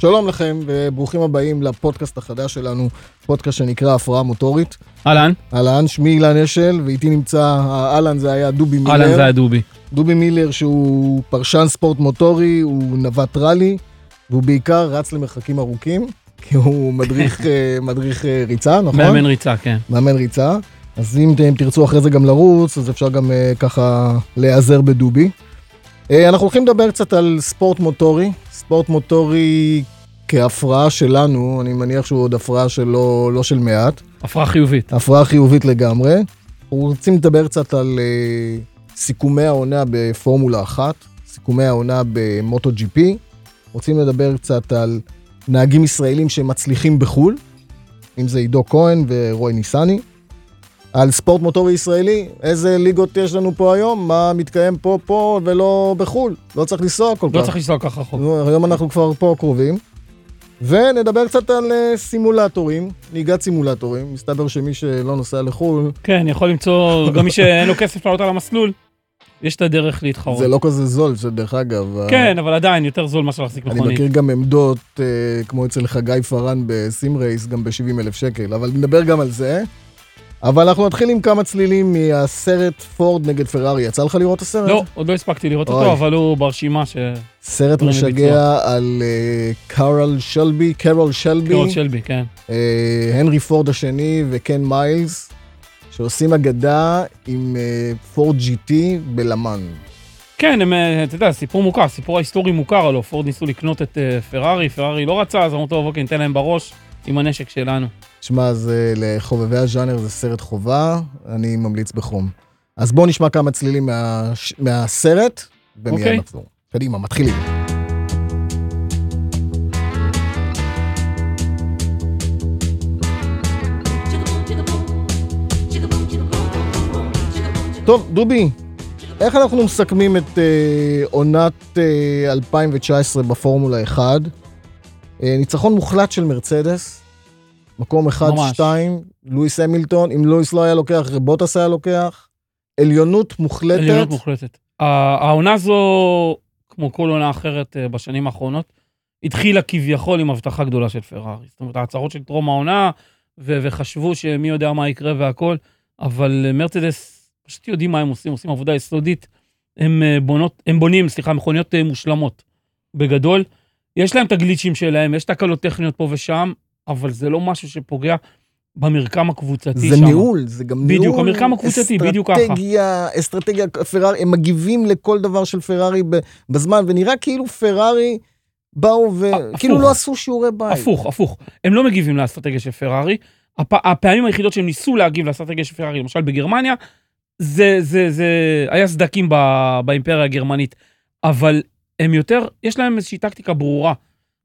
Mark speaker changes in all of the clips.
Speaker 1: שלום לכם, וברוכים הבאים לפודקאסט החדש שלנו, פודקאסט שנקרא הפרעה מוטורית.
Speaker 2: אהלן,
Speaker 1: אהלן, שמי אילן אשל, ואיתי נמצא, אהלן זה היה דובי מילר.
Speaker 2: אהלן זה הדובי.
Speaker 1: דובי מילר שהוא פרשן ספורט מוטורי, הוא נווט ראלי, והוא בעיקר רץ למרחקים ארוכים, כי הוא מדריך, אה, מדריך אה, ריצה, נכון?
Speaker 2: מאמן ריצה, כן.
Speaker 1: מאמן ריצה. אז אם, אם תרצו אחרי זה גם לרוץ, אז אפשר גם אה, ככה להיעזר בדובי. אה, אנחנו הולכים לדבר קצת על ספורט מוטורי. ספורט מוטורי כהפרעה שלנו, אני מניח שהוא עוד הפרעה שלא לא של מעט,
Speaker 2: הפרעה חיובית.
Speaker 1: הפרעה חיובית לגמרי. אנחנו רוצים לדבר קצת על אה, סיכומי העונה בפורמולה 1, סיכומי העונה במוטו ג'י פי. רוצים לדבר קצת על נהגים ישראלים שמצליחים בחו"ל, אם זה עידו כהן ורוי ניסני. על ספורט מוטורי ישראלי, איזה ליגות יש לנו פה היום, מה מתקיים פה, פה ולא בחו"ל. לא צריך לנסוע כל
Speaker 2: לא
Speaker 1: כך.
Speaker 2: צריך לנסוע ככה רחוק.
Speaker 1: נו, היום אנחנו כבר פה קרובים. ונדבר קצת על אה, סימולטורים, נהיגת סימולטורים. מסתבר שמי שלא נוסע לחו"ל,
Speaker 2: כן, יכול למצוא, גם מי שאין לו כסף לעלות על המסלול, יש את הדרך להתחרות.
Speaker 1: זה לא כזה זול, זה דרך אגב. ה-
Speaker 2: אוקיי. כן, אבל עדיין יותר זול מאשר להחזיק
Speaker 1: אני
Speaker 2: מכונית.
Speaker 1: מכיר גם עמדות, אה, כמו אצל חגי פארן בסים רייס, גם ב-70 אלף שקל, אבל נדבר גם על זה. אבל אנחנו נתחיל עם כמה צלילים מהסרט פורד נגד פרארי. יצא לך לראות את הסרט?
Speaker 2: לא, עוד לא הספקתי לראות
Speaker 1: אוי.
Speaker 2: אותו, אבל הוא ברשימה שקרול
Speaker 1: סרט
Speaker 2: דברים
Speaker 1: משגע על אה, קארל שלבי, קרול שלבי.
Speaker 2: שלבי, כן.
Speaker 1: אה, הנרי פורד השני וקן מיילס, שעושים אגדה עם אה, פורד GT בלמן.
Speaker 2: כן, הם, אה, אתה יודע, סיפור מוכר, סיפור ההיסטורי מוכר, הלוא פורד ניסו לקנות את אה, פרארי, פרארי לא רצה, אז אמרו, טוב, אוקיי, ניתן להם בראש עם הנשק שלנו.
Speaker 1: שמע, זה לחובבי הז'אנר זה סרט חובה, אני ממליץ בחום. אז בואו נשמע כמה צלילים מה, מהסרט, ומיד
Speaker 2: אוקיי.
Speaker 1: נחזור. קדימה, מתחילים. טוב, דובי, איך אנחנו מסכמים את אה, עונת אה, 2019 בפורמולה 1? אה, ניצחון מוחלט של מרצדס, מקום 1-2,
Speaker 2: ממש.
Speaker 1: לואיס המילטון, אם לואיס לא היה לוקח, רבוטס היה לוקח, עליונות מוחלטת.
Speaker 2: עליונות מוחלטת. הע- העונה הזו, כמו כל עונה אחרת אה, בשנים האחרונות, התחילה כביכול עם הבטחה גדולה של פרארי. זאת אומרת, ההצהרות של טרום העונה, ו- וחשבו שמי יודע מה יקרה והכל, אבל אה, מרצדס, פשוט יודעים מה הם עושים, עושים עבודה יסודית. הם, אה, בונות, הם בונים, סליחה, מכוניות אה, מושלמות, בגדול. יש להם את הגליצ'ים שלהם, יש תקלות טכניות פה ושם, אבל זה לא משהו שפוגע במרקם הקבוצתי שם.
Speaker 1: זה ניהול, זה גם ניהול.
Speaker 2: בדיוק, המרקם הקבוצתי, בדיוק ככה.
Speaker 1: אסטרטגיה, אסטרטגיה, פרארי, הם מגיבים לכל דבר של פרארי ב- בזמן, ונראה כאילו פרארי באו ו...
Speaker 2: הפוך.
Speaker 1: כאילו לא עשו שיעורי בית.
Speaker 2: הפוך, הפוך. הם לא מגיבים לאסטרטגיה של פרארי. הפ... הפעמים היחידות שהם ניסו להגיב לאסטרטגיה של פרארי, למשל בגרמניה, זה, זה, זה היה סדקים ב... באימפריה הגרמנית. אבל הם יותר, יש להם איזושהי טקטיקה ברורה.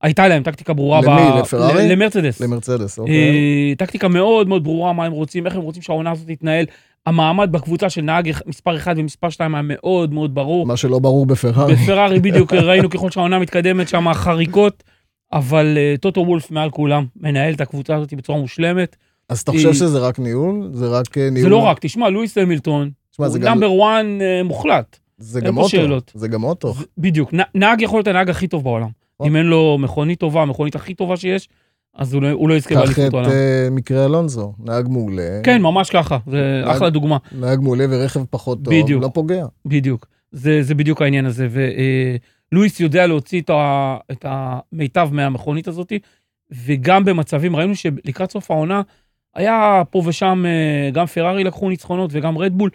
Speaker 2: הייתה להם טקטיקה ברורה.
Speaker 1: למי? לפרארי?
Speaker 2: ל- למרצדס.
Speaker 1: למרצדס, אוקיי.
Speaker 2: אה, טקטיקה מאוד מאוד ברורה מה הם רוצים, איך הם רוצים שהעונה הזאת תתנהל. המעמד בקבוצה של נהג אח- מספר 1 ומספר 2 היה מאוד מאוד ברור.
Speaker 1: מה שלא ברור בפרארי.
Speaker 2: בפרארי בדיוק ראינו ככל שהעונה מתקדמת שם חריקות, אבל אה, טוטו וולף מעל כולם, מנהל את הקבוצה הזאת בצורה מושלמת.
Speaker 1: אז אתה חושב
Speaker 2: אה,
Speaker 1: שזה רק ניהול? זה רק אה, ניהול?
Speaker 2: זה לא רק, תשמע, לואיס המילטון,
Speaker 1: תשמע, זה
Speaker 2: הוא
Speaker 1: גם-
Speaker 2: נאמבר וואן מוחלט.
Speaker 1: זה
Speaker 2: אין
Speaker 1: גם
Speaker 2: פה
Speaker 1: אוטו.
Speaker 2: שאלות.
Speaker 1: זה גם אוטו.
Speaker 2: ו- בדיוק, נ- נהג יכול להיות הנהג הכי טוב בעולם.
Speaker 1: נכון.
Speaker 2: אם אין לו מכונית טובה, המכונית הכי טובה שיש, אז הוא לא- הוא לא יזכה
Speaker 1: קח
Speaker 2: באליפות
Speaker 1: את
Speaker 2: העולם.
Speaker 1: אה, מקרה אלונזו, נהג מעולה.
Speaker 2: כן, ממש ככה, זה
Speaker 1: נהג-
Speaker 2: אחלה דוגמה.
Speaker 1: נהג מעולה ורכב פחות טוב,
Speaker 2: בדיוק.
Speaker 1: לא פוגע.
Speaker 2: בדיוק. זה, זה בדיוק העניין הזה. ולואיס יודע להוציא את, ה, את המיטב מהמכונית הזאת, וגם במצבים, ראינו שלקראת סוף העונה, היה פה ושם, אה, גם פרארי לקחו ניצחונות וגם רדבול,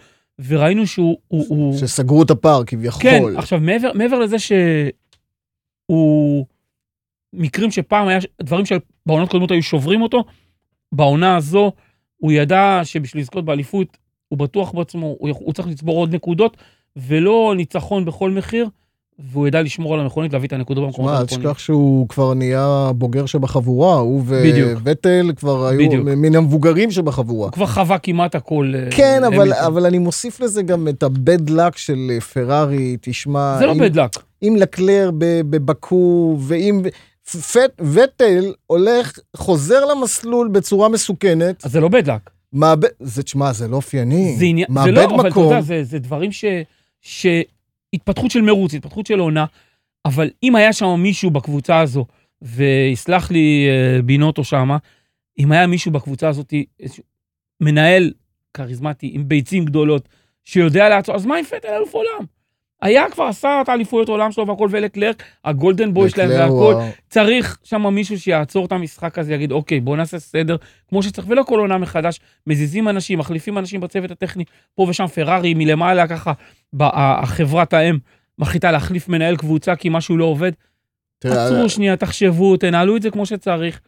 Speaker 2: וראינו שהוא... הוא, הוא...
Speaker 1: שסגרו את הפער כביכול.
Speaker 2: כן, עכשיו, מעבר, מעבר לזה שהוא... מקרים שפעם היה, ש- דברים שבעונות קודמות היו שוברים אותו, בעונה הזו הוא ידע שבשביל לזכות באליפות, הוא בטוח בעצמו, הוא, יכול- הוא צריך לצבור עוד נקודות, ולא ניצחון בכל מחיר, והוא ידע לשמור על המכונית, להביא את הנקודות במקומות
Speaker 1: שמע, אל
Speaker 2: הנכונים.
Speaker 1: תשכח שהוא כבר נהיה בוגר שבחבורה, הוא
Speaker 2: בדיוק.
Speaker 1: וווטל כבר היו
Speaker 2: בדיוק.
Speaker 1: מן המבוגרים שבחבורה.
Speaker 2: הוא כבר חווה כמעט הכל. אה,
Speaker 1: כן, אבל,
Speaker 2: המילטון.
Speaker 1: אבל אני מוסיף לזה גם את ה-bad luck של אה, פרארי, תשמע,
Speaker 2: זה לא
Speaker 1: אם,
Speaker 2: בדלק.
Speaker 1: אם לקלר ב- בבקו, ואם... פט- וטל הולך, חוזר למסלול בצורה מסוכנת,
Speaker 2: אז זה לא בדלק.
Speaker 1: מאבד, זה, תשמע, זה לא אופייני,
Speaker 2: זה עניין, זה
Speaker 1: מאבד
Speaker 2: לא, אבל אתה
Speaker 1: מקום,
Speaker 2: יודע, זה, זה דברים ש... ש... התפתחות של מרוץ, התפתחות של עונה, אבל אם היה שם מישהו בקבוצה הזו ויסלח לי אה, בינוטו שמה, אם היה מישהו בקבוצה הזאת, איזשהו מנהל כריזמטי עם ביצים גדולות, שיודע לעצור, אז מה עם פטל אלוף עולם? היה כבר עשה את האליפויות עולם שלו והכל, ולקלרק, הגולדן בוי שלהם
Speaker 1: לקלר הוא
Speaker 2: והכל,
Speaker 1: ה-
Speaker 2: צריך שם מישהו שיעצור את המשחק הזה, יגיד, אוקיי, בוא נעשה סדר כמו שצריך, ולא כל עונה מחדש, מזיזים אנשים, מחליפים אנשים בצוות הטכני, פה ושם פרארי מלמעלה ככה, ב- ה- החברת האם מחליטה להחליף מנהל קבוצה כי משהו לא עובד.
Speaker 1: תראה,
Speaker 2: עצרו שנייה, תחשבו, תנהלו את זה כמו שצריך.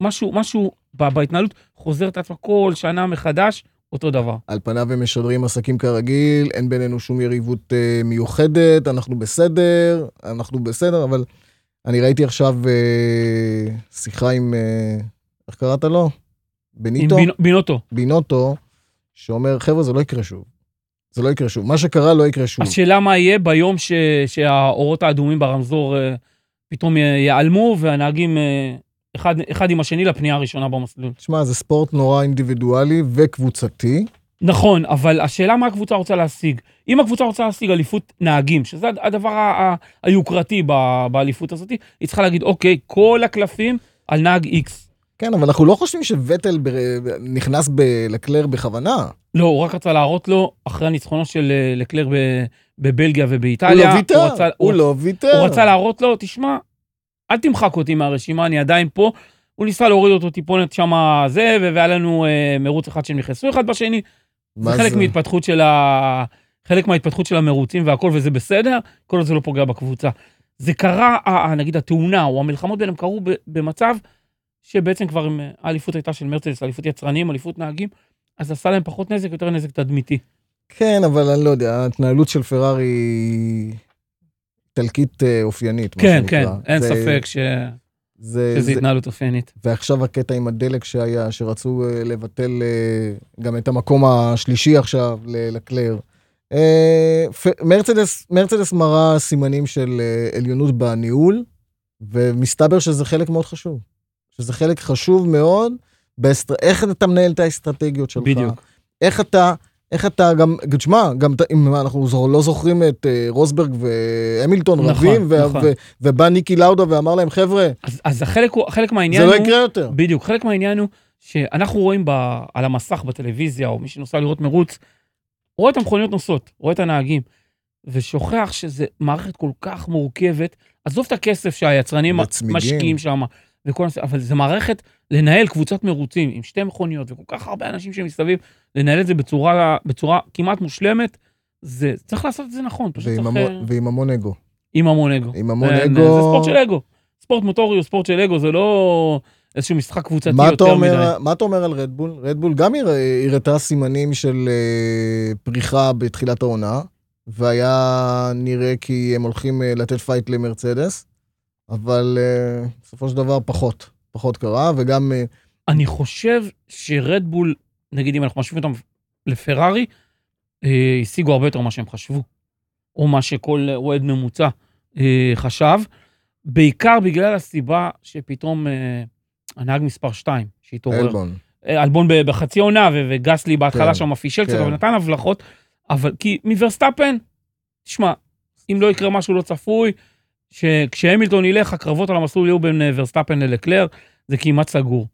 Speaker 2: משהו, משהו ב- בהתנהלות חוזר את עצמה כל שנה מחדש, אותו דבר.
Speaker 1: על פניו הם משדרים עסקים כרגיל, אין בינינו שום יריבות אה, מיוחדת, אנחנו בסדר, אנחנו בסדר, אבל אני ראיתי עכשיו אה, שיחה עם, אה, איך קראת לו?
Speaker 2: עם
Speaker 1: בניטו?
Speaker 2: בינו- בינוטו.
Speaker 1: בינוטו, שאומר, חבר'ה, זה לא יקרה שוב. זה לא יקרה שוב. מה שקרה לא יקרה שוב.
Speaker 2: השאלה מה יהיה ביום ש... שהאורות האדומים ברמזור אה, פתאום י- ייעלמו, והנהגים אה, אחד, אחד עם השני לפנייה הראשונה במסלול.
Speaker 1: תשמע, זה ספורט נורא אינדיבידואלי וקבוצתי.
Speaker 2: נכון, אבל השאלה מה הקבוצה רוצה להשיג. אם הקבוצה רוצה להשיג אליפות נהגים, שזה הד- הדבר ה- ה- היוקרתי ב- באליפות הזאת, היא צריכה להגיד, אוקיי, כל הקלפים על נהג איקס.
Speaker 1: כן, אבל אנחנו לא חושבים שוטל בר- נכנס ב- לקלר בכוונה.
Speaker 2: לא, הוא רק רצה להראות לו, אחרי הניצחונו של אה, לקלר ב- בבלגיה
Speaker 1: הוא
Speaker 2: ובאיטליה,
Speaker 1: לא ויתר,
Speaker 2: רצה-
Speaker 1: הוא
Speaker 2: רצה-
Speaker 1: לא ויתר.
Speaker 2: הוא רצה להראות לו, תשמע, אל תמחק אותי מהרשימה, אני עדיין פה. הוא ניסה להוריד אותו טיפונת שמה זה, ו- והיה לנו אה, מרוץ אחד שהם נכנסו אחד בשני. זה
Speaker 1: מה
Speaker 2: חלק מהתפתחות של ה... חלק מההתפתחות של המרוצים והכל, וזה בסדר, כל עוד זה לא פוגע בקבוצה. זה קרה, ה- ה- נגיד התאונה או המלחמות ביניהם קרו ב- במצב שבעצם כבר אם, אה, האליפות הייתה של מרצדס, אליפות יצרנים, אליפות נהגים, אז עשה להם פחות נזק, יותר נזק תדמיתי.
Speaker 1: כן, אבל אני לא יודע, ההתנהלות של פרארי היא איטלקית אה, אופיינית, מה
Speaker 2: כן,
Speaker 1: שנקרא.
Speaker 2: כן, אין
Speaker 1: זה-
Speaker 2: ספק ש...
Speaker 1: זה-
Speaker 2: שזו
Speaker 1: זה-
Speaker 2: התנהלות אופיינית.
Speaker 1: ועכשיו הקטע עם הדלק שהיה, שרצו אה, לבטל אה, גם את המקום השלישי עכשיו ל- לקלר. אה, פ- מרצדס, מרצדס מראה סימנים של אה, עליונות בניהול, ומסתבר שזה חלק מאוד חשוב. שזה חלק חשוב מאוד, באסטר... איך אתה מנהל את האסטרטגיות שלך.
Speaker 2: בדיוק.
Speaker 1: איך אתה, איך אתה גם, תשמע, גם ת- אם אנחנו זו- לא זוכרים את אה, רוסברג והמילטון
Speaker 2: נכון,
Speaker 1: רבים, ו-
Speaker 2: נכון.
Speaker 1: ו- ובא ניקי לאודה ואמר להם, חבר'ה,
Speaker 2: אז- אז החלק הוא- חלק מהעניין
Speaker 1: זה
Speaker 2: הוא...
Speaker 1: לא יקרה יותר.
Speaker 2: בדיוק, חלק מהעניין הוא שאנחנו רואים ב, על המסך בטלוויזיה, או מי שנוסע לראות מרוץ, רואה את המכוניות נוסעות, רואה את הנהגים, ושוכח שזו מערכת כל כך מורכבת. עזוב את הכסף שהיצרנים
Speaker 1: וצמיגים.
Speaker 2: משקיעים שם, וכל הנושא, אבל זו מערכת לנהל קבוצת מרוצים עם שתי מכוניות וכל כך הרבה אנשים שמסביב, לנהל את זה בצורה, בצורה כמעט מושלמת, זה, צריך לעשות את זה נכון, פשוט
Speaker 1: ועם,
Speaker 2: צריך... אה,
Speaker 1: המון, ועם המון אגו.
Speaker 2: עם המון אגו.
Speaker 1: עם המון
Speaker 2: אין,
Speaker 1: אגו.
Speaker 2: כן, זה ספורט של אגו. ספורט מוטורי הוא ספורט של אגו, זה לא איזשהו משחק קבוצתי
Speaker 1: מה אתה,
Speaker 2: יותר מדי.
Speaker 1: אומר, מה אתה אומר על רדבול? רדבול גם הרא- הראתה סימנים של אה, פריחה בתחילת העונה, והיה נראה כי הם הולכים אה, לתת פייט למרצדס, אבל אה, בסופו של דבר פחות, פחות קרה, וגם אה,
Speaker 2: אני חושב שרדבול, נגיד אם אנחנו משווים אותם לפרארי, אה, השיגו הרבה יותר ממה שהם חשבו, או מה שכל אוהד ממוצע אה, חשב, בעיקר בגלל הסיבה שפתאום אה, הנהג מספר 2 שהתעורר,
Speaker 1: אלבון.
Speaker 2: אה, אלבון ב- בחצי עונה, ו- וגסלי בהתחלה
Speaker 1: כן,
Speaker 2: שם פישל קצת,
Speaker 1: כן.
Speaker 2: אבל נתן הבלחות, אבל כי מוורסטפן, תשמע, אם לא יקרה משהו לא צפוי, שכשהמילטון ילך, הקרבות על המסלול יהיו בין אה, ורסטפן ללקלר, זה כמעט סגור.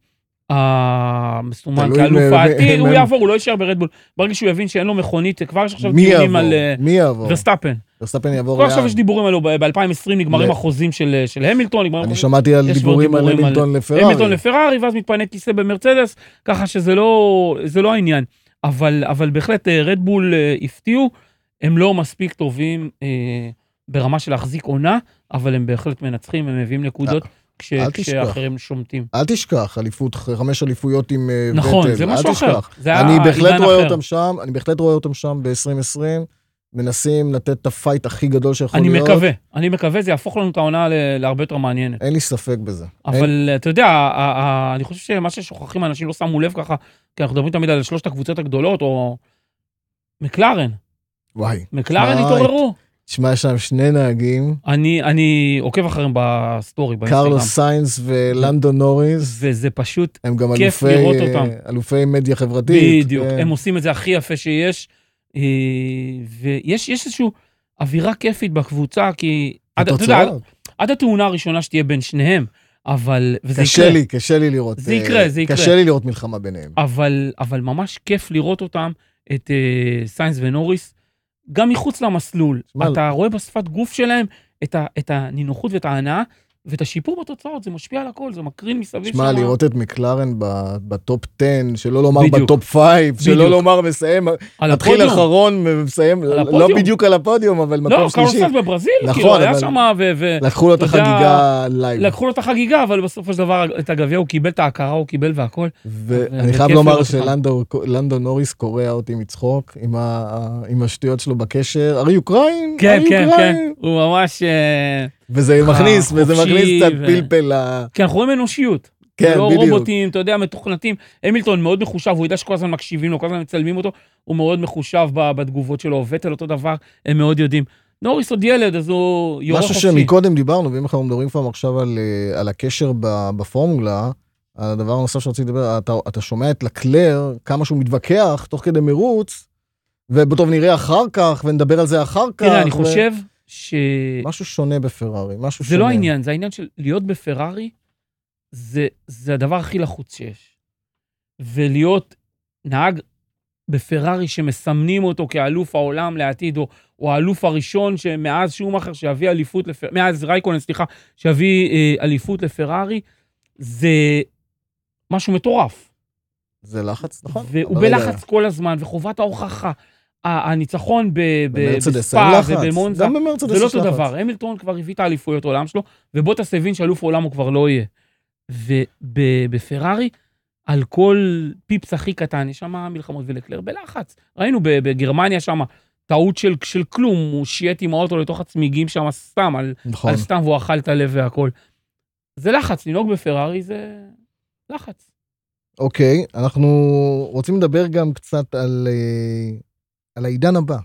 Speaker 2: המסומן
Speaker 1: תלוי
Speaker 2: כאלוף
Speaker 1: אם- אה,
Speaker 2: העתיד,
Speaker 1: אם-
Speaker 2: הוא
Speaker 1: אם-
Speaker 2: יעבור, הוא לא יישאר ברדבול. ברגע שהוא יבין שאין לו מכונית, כבר יש עכשיו
Speaker 1: מי
Speaker 2: דיונים
Speaker 1: יעבור?
Speaker 2: על אה,
Speaker 1: מי יעבור?
Speaker 2: ורסטפן.
Speaker 1: ורסטפן יעבור
Speaker 2: כבר עכשיו
Speaker 1: לאן?
Speaker 2: יש דיבורים עליו, ב-2020 נגמרים
Speaker 1: ל-
Speaker 2: החוזים של אה, של המילטון, נגמרים
Speaker 1: אני
Speaker 2: החוזים-
Speaker 1: שמעתי על
Speaker 2: כבר
Speaker 1: דיבורים על
Speaker 2: דיבורים על- אה,
Speaker 1: המילטון לפרארי.
Speaker 2: המילטון לפרארי, ואז מתפנה כיסא במרצדס, ככה שזה לא, זה לא העניין. אבל, אבל בהחלט אה, רדבול אה, הפתיעו, הם לא מספיק טובים אה, ברמה של להחזיק עונה, אבל הם בהחלט מנצחים, הם מביאים נקודות כש,
Speaker 1: אה, אל תשכח.
Speaker 2: כשאחרים שומטים.
Speaker 1: אל תשכח, אליפות, חמש אליפויות עם אה,
Speaker 2: נכון,
Speaker 1: וטל,
Speaker 2: זה
Speaker 1: אל
Speaker 2: משהו אחר.
Speaker 1: תשכח.
Speaker 2: זה היה
Speaker 1: אני בהחלט
Speaker 2: אה, עידן
Speaker 1: רואה
Speaker 2: אחר.
Speaker 1: אותם שם, אני בהחלט רואה אותם שם ב-2020, מנסים לתת את הפייט הכי גדול שיכול
Speaker 2: אני
Speaker 1: להיות.
Speaker 2: מקווה, אני מקווה, זה יהפוך לנו את העונה ל- להרבה יותר מעניינת.
Speaker 1: אין לי ספק בזה. אין-
Speaker 2: אבל אה, אתה יודע, ה- ה- אני חושב שמה ששוכחים, אנשים לא שמו לב ככה, כי אנחנו מדברים תמיד על שלושת הקבוצות הגדולות, או... מקלרן,
Speaker 1: וואי.
Speaker 2: מקלרן
Speaker 1: שמע,
Speaker 2: התעוררו.
Speaker 1: תשמע, יש שם שני נהגים,
Speaker 2: אני, אני עוקב אחריהם בסטורי, באינסטגרם.
Speaker 1: קרלוס סיינס ולנדו נוריס,
Speaker 2: וזה פשוט,
Speaker 1: הם גם
Speaker 2: כיף
Speaker 1: אלופי
Speaker 2: לראות
Speaker 1: אה,
Speaker 2: אותם.
Speaker 1: אלופי מדיה חברתית.
Speaker 2: בדיוק,
Speaker 1: כן.
Speaker 2: הם עושים את זה הכי יפה שיש. אה, ויש יש איזשהו אווירה כיפית בקבוצה, כי... עד- אתה יודע,
Speaker 1: התוצאות.
Speaker 2: עד התאונה הראשונה שתהיה בין שניהם, אבל, וזה
Speaker 1: קשה
Speaker 2: יקרה,
Speaker 1: לי, קשה לי לראות.
Speaker 2: זה
Speaker 1: אה,
Speaker 2: יקרה, זה יקרה. אה,
Speaker 1: קשה לי לראות מלחמה ביניהם.
Speaker 2: אבל, אבל ממש כיף לראות אותם, את אה, סיינס ונוריס, גם מחוץ למסלול.
Speaker 1: שמע,
Speaker 2: אתה רואה בשפת גוף שלהם את, ה, את הנינוחות ואת ההנאה, ואת השיפור בתוצאות, זה משפיע על הכל, זה מקרין מסביב
Speaker 1: שמע,
Speaker 2: שם.
Speaker 1: לראות את מקלרן ב- בטופ 10, שלא לומר
Speaker 2: בדיוק.
Speaker 1: בטופ 5, שלא
Speaker 2: בדיוק.
Speaker 1: לומר מסיים, מתחיל
Speaker 2: על הפודיום.
Speaker 1: אחרון ומסיים, לא
Speaker 2: הפודיום.
Speaker 1: בדיוק על הפודיום, אבל
Speaker 2: לא,
Speaker 1: מקום שלישי.
Speaker 2: קרוסל בברזיל,
Speaker 1: נכון,
Speaker 2: כאילו, היה
Speaker 1: אבל- נכון.
Speaker 2: שם, ו... ו...
Speaker 1: לקחו לו את
Speaker 2: אתה יודע,
Speaker 1: החגיגה לייב.
Speaker 2: לקחו לו את החגיגה, אבל בסופו של דבר את הגביע הוא קיבל, את ההכרה הוא קיבל והכל.
Speaker 1: ואני
Speaker 2: וכיף
Speaker 1: חייב
Speaker 2: לראות
Speaker 1: לומר
Speaker 2: אותך.
Speaker 1: שלנדו נוריס קורע אותי מצחוק עם ה- עם השטויות שלו בקשר, are you crying?
Speaker 2: כן,
Speaker 1: Are you
Speaker 2: כן,
Speaker 1: crying?"
Speaker 2: כן, הוא ממש... אה,
Speaker 1: וזה
Speaker 2: ככה,
Speaker 1: מכניס, וזה
Speaker 2: חופשי,
Speaker 1: מכניס קצת
Speaker 2: ו-
Speaker 1: פלפל ל...
Speaker 2: כי אנחנו רואים אנושיות.
Speaker 1: כן,
Speaker 2: לא
Speaker 1: בדיוק.
Speaker 2: רובוטים, אתה יודע, מתוכנתים. המילטון מאוד מחושב, הוא יודע שכל הזמן מקשיבים לו, כל הזמן מצלמים אותו, הוא מאוד מחושב ב- בתגובות שלו, וטל אותו דבר, הם מאוד יודעים. נוריס עוד ילד, אז הוא יורה
Speaker 1: משהו
Speaker 2: חופשי.
Speaker 1: שמקודם דיברנו, ואם אנחנו מדברים כבר עכשיו על, אה, על הקשר ב- בפורמולה, הדבר הנוסף שרציתי לדבר, אתה, אתה שומע את לקלר, כמה שהוא מתווכח תוך כדי מרוץ, ובטוב נראה אחר כך, ונדבר על זה אחר כך.
Speaker 2: תראה, אני
Speaker 1: ו-
Speaker 2: חושב ש...
Speaker 1: משהו שונה בפרארי, משהו
Speaker 2: זה
Speaker 1: שונה.
Speaker 2: לא העניין, זה העניין של להיות בפרארי, זה, זה הדבר הכי לחוץ שיש. ולהיות נהג בפרארי שמסמנים אותו כאלוף העולם לעתיד, או, או האלוף הראשון שמאז שומאכר שיביא אליפות, לפ... מאז רייקונן, סליחה, שיביא אה, אליפות לפרארי, זה משהו מטורף.
Speaker 1: זה לחץ, נכון.
Speaker 2: והוא
Speaker 1: אבל רגע,
Speaker 2: בלחץ כל הזמן, וחובת ההוכחה. ה- הניצחון ב- ב-
Speaker 1: במרצדס אין
Speaker 2: בספא
Speaker 1: לחץ.
Speaker 2: ובמונזה,
Speaker 1: גם במרצדס
Speaker 2: זה לא
Speaker 1: יש
Speaker 2: אותו
Speaker 1: לחץ.
Speaker 2: דבר. המילטון כבר הביא את האליפויות עולם שלו, ובוטס הבין שאלוף עולם הוא כבר לא יהיה. ובפרארי, על כל פיפס הכי קטן, יש שם מלחמות ולקלר בלחץ. ראינו ב- בגרמניה שם, טעות של, של כלום, הוא שייט עם האוטו לתוך הצמיגים שם סתם, על,
Speaker 1: נכון.
Speaker 2: על סתם, והוא אכל את הלב והכל. זה לחץ, לנהוג בפרארי זה לחץ.
Speaker 1: אוקיי, אנחנו רוצים לדבר גם קצת על, אה, על העידן הבא.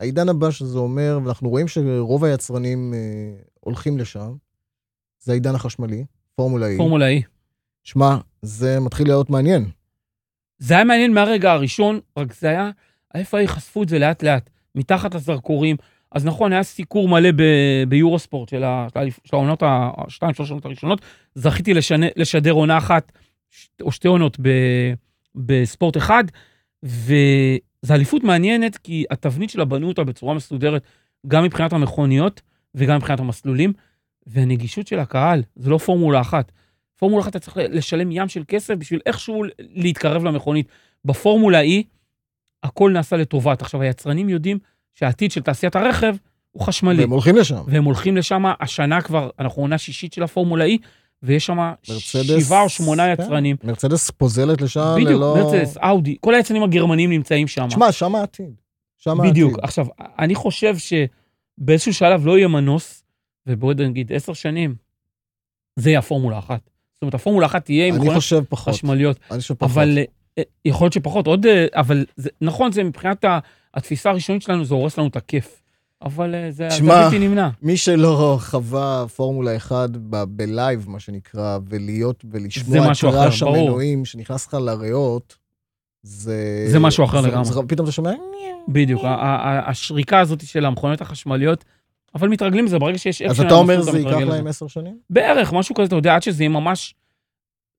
Speaker 1: העידן הבא שזה אומר, ואנחנו רואים שרוב היצרנים אה, הולכים לשם, זה העידן החשמלי, פורמולה E.
Speaker 2: פורמולה E.
Speaker 1: שמע, זה מתחיל להיות מעניין.
Speaker 2: זה היה מעניין מהרגע הראשון, רק זה היה, ה-FA חשפו את זה לאט-לאט, מתחת לזרקורים. אז נכון, היה סיקור מלא ב- ביורוספורט של ה- של האליפ- של העונות, ה- השתיים, שלוש עונות הראשונות. זכיתי לשנה, לשדר עונה אחת, ש- או שתי עונות ב, בספורט אחד, וזו אליפות מעניינת, כי התבנית שלה בנו אותה בצורה מסודרת, גם מבחינת המכוניות וגם מבחינת המסלולים, והנגישות של הקהל, זה לא פורמולה אחת. פורמולה אחת אתה צריך לשלם ים של כסף בשביל איכשהו להתקרב למכונית. בפורמולה E, הכל נעשה לטובת. עכשיו, היצרנים יודעים שהעתיד של תעשיית הרכב הוא חשמלי.
Speaker 1: והם הולכים לשם.
Speaker 2: והם הולכים לשם, השנה כבר, אנחנו עונה שישית של הפורמולה E, ויש שם
Speaker 1: מרצדס-
Speaker 2: שבעה או שמונה
Speaker 1: כן.
Speaker 2: יצרנים.
Speaker 1: מרצדס פוזלת לשם
Speaker 2: בדיוק,
Speaker 1: ללא...
Speaker 2: מרצדס, אאודי, כל היצרנים הגרמנים נמצאים שם.
Speaker 1: שמע, שם העתיד. שם העתיד.
Speaker 2: בדיוק. עכשיו, אני חושב שבאיזשהו שלב לא יהיה מנוס, ובעוד נגיד עשר שנים, זה יהיה הפורמולה אחת. זאת אומרת, הפורמולה אחת תהיה עם
Speaker 1: אני
Speaker 2: מכונות
Speaker 1: חושב פחות.
Speaker 2: חשמליות.
Speaker 1: אני חושב פחות.
Speaker 2: אבל אה, אה, יכול להיות שפחות, עוד, אה, אבל זה, נכון, זה מבחינת ה- התפיסה הראשונית שלנו, זה הורס לנו את הכיף. אבל אה, זה זה
Speaker 1: שמע,
Speaker 2: בלתי נמנע.
Speaker 1: מי שלא חווה פורמולה 1 ב- בלייב, מה שנקרא, ולהיות
Speaker 2: זה
Speaker 1: ולשמוע את
Speaker 2: משהו אחר,
Speaker 1: רעש
Speaker 2: ברור.
Speaker 1: המנועים שנכנס לך לריאות, זה...
Speaker 2: זה משהו אחר
Speaker 1: זה-
Speaker 2: לגמרי.
Speaker 1: זה- פתאום אתה שומע? "אה,
Speaker 2: בדיוק,
Speaker 1: כן.
Speaker 2: ה- ה- ה- השריקה הזאת של המכוניות החשמליות, אבל מתרגלים לזה, ברגע שיש
Speaker 1: אז
Speaker 2: אקשן,
Speaker 1: אתה
Speaker 2: על
Speaker 1: אומר
Speaker 2: המסלול,
Speaker 1: זה ייקח
Speaker 2: מתרגל לזה.
Speaker 1: להם עשר שנים?
Speaker 2: בערך, משהו כזה, אתה יודע, עד שזה יהיה ממש...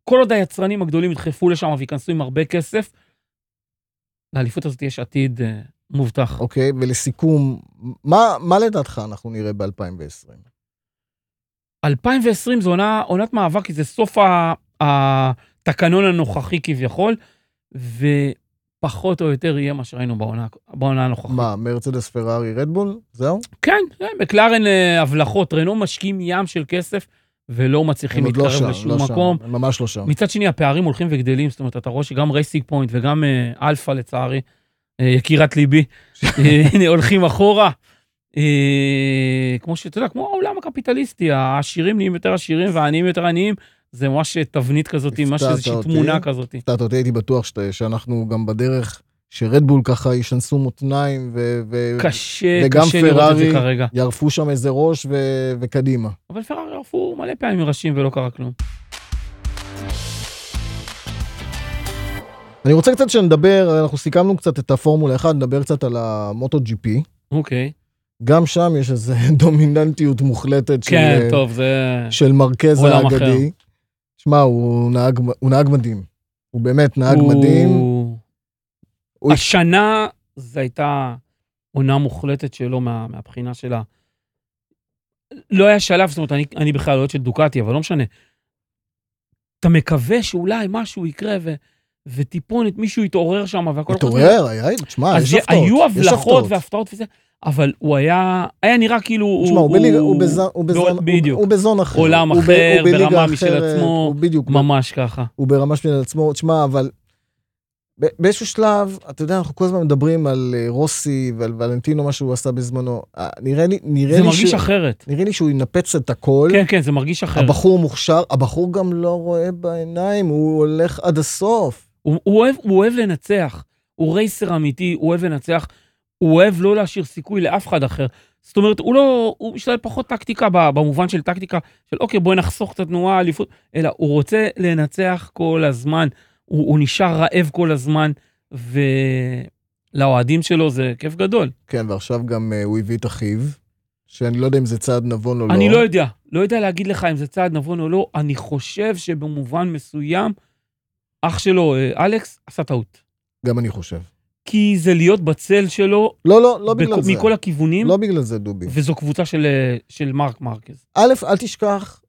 Speaker 2: כל עוד היצרנים הגדולים ידחפו לשם וייכנסו עם הרבה כסף, לאליפות הזאת יש עתיד אה, מובטח.
Speaker 1: אוקיי, ולסיכום, מה מה לדעתך אנחנו נראה ב-2020?
Speaker 2: אוקיי. 2020 זו עונה, עונת מאבק, כי זה סוף ה- התקנון הנוכחי כביכול, ופחות או יותר יהיה מה שראינו בעונה, בעונה הנוכחית.
Speaker 1: מה, מרצדס, פרארי, רדבול? זהו?
Speaker 2: כן, אה, מקלרן אה, הבלחות, רנו משקיעים ים של כסף ולא מצליחים
Speaker 1: הם עוד לא
Speaker 2: להתקרב
Speaker 1: שם,
Speaker 2: לשום
Speaker 1: לא
Speaker 2: מקום.
Speaker 1: שם, הם ממש לא שם.
Speaker 2: מצד שני, הפערים הולכים וגדלים, זאת אומרת, אתה רואה שגם רייסינג פוינט וגם אה, אלפא, לצערי, אה, יקירת ליבי, אה, הנה, הולכים אחורה. אה, כמו שאתה יודע, כמו העולם הקפיטליסטי, העשירים נהיים יותר עשירים והעניים יותר עניים, זה ממש תבנית כזאת, ממש
Speaker 1: הפתעת
Speaker 2: איזושהי
Speaker 1: אותי. כן.
Speaker 2: תמונה כזאת.
Speaker 1: הפתעת אותי, הייתי בטוח שאתה- שאנחנו גם בדרך, שרדבול ככה ישנסו מותניים ו... ו-
Speaker 2: קשה,
Speaker 1: וגם
Speaker 2: קשה לראות את זה
Speaker 1: פרארי.
Speaker 2: כרגע.
Speaker 1: יערפו שם איזה ראש ו- וקדימה.
Speaker 2: אבל פרארי ערפו מלא פעמים ראשים ולא קרה כלום.
Speaker 1: אני רוצה קצת שנדבר, אנחנו סיכמנו קצת את הפורמולה 1, נדבר קצת על המוטו GP.
Speaker 2: אוקיי.
Speaker 1: גם שם יש איזו דומיננטיות מוחלטת של, אה,
Speaker 2: כן, טוב, זה...
Speaker 1: של מרכז
Speaker 2: עולם
Speaker 1: האגדי. שמע, הוא, נהג- הוא נהג מדהים. הוא באמת נהג מדהים. הוא-
Speaker 2: השנה זו הייתה עונה מוחלטת שלו מה, מהבחינה שלה. לא היה שלב, זאת אומרת, אני, אני בכלל אוהד של דוקטי, אבל לא משנה. אתה מקווה שאולי משהו יקרה ו, וטיפונת, מישהו יתעורר שם והכל...
Speaker 1: התעורר, היה, תשמע,
Speaker 2: אז
Speaker 1: אה, יש הפתעות.
Speaker 2: היו
Speaker 1: יש
Speaker 2: הבלחות
Speaker 1: הפתעות.
Speaker 2: והפתעות וזה, אבל הוא היה, היה נראה כאילו... הוא-
Speaker 1: תשמע, הוא
Speaker 2: הוא-
Speaker 1: בליגה- הוא בז- הוא בזון- הוא-
Speaker 2: בדיוק.
Speaker 1: הוא בזון אחר.
Speaker 2: עולם
Speaker 1: הוא ב-
Speaker 2: אחר,
Speaker 1: הוא בליגה
Speaker 2: ברמה משל
Speaker 1: אחרת,
Speaker 2: עצמו.
Speaker 1: הוא בדיוק,
Speaker 2: ממש ככה.
Speaker 1: הוא ברמה של עצמו, תשמע, אבל ב- באיזשהו שלב, אתה יודע, אנחנו כל הזמן מדברים על אה, רוסי ועל ולנטינו, מה שהוא עשה בזמנו. אה, נראה לי, נראה
Speaker 2: זה
Speaker 1: לי,
Speaker 2: מרגיש
Speaker 1: שהוא-
Speaker 2: אחרת.
Speaker 1: נראה לי שהוא ינפץ את הכל.
Speaker 2: כן, כן, זה מרגיש אחרת.
Speaker 1: הבחור מוכשר, הבחור גם לא רואה בעיניים, הוא הולך עד הסוף.
Speaker 2: הוא, הוא, אוהב, הוא אוהב לנצח, הוא רייסר אמיתי, הוא אוהב לנצח, הוא אוהב לא להשאיר סיכוי לאף אחד אחר. זאת אומרת, הוא לא, הוא משתלל פחות טקטיקה ב- במובן של טקטיקה של אוקיי, בואי נחסוך קצת תנועה, אליפות, אלא הוא רוצה לנצח כל הזמן, הוא, הוא נשאר רעב כל הזמן, ולאוהדים שלו זה כיף גדול.
Speaker 1: כן, ועכשיו גם אה, הוא הביא את אחיו, שאני לא יודע אם זה צעד נבון או לא.
Speaker 2: אני לא יודע, לא יודע להגיד לך אם זה צעד נבון או לא, אני חושב שבמובן מסוים, אח שלו, אה, אלכס, עשה טעות.
Speaker 1: גם אני חושב.
Speaker 2: כי זה להיות בצל שלו
Speaker 1: לא, לא, לא בגלל
Speaker 2: בכ-
Speaker 1: זה.
Speaker 2: מכל הכיוונים,
Speaker 1: לא בגלל זה, דובי.
Speaker 2: וזו קבוצה של, אה, של מרק מרקז.
Speaker 1: א', אל תשכח,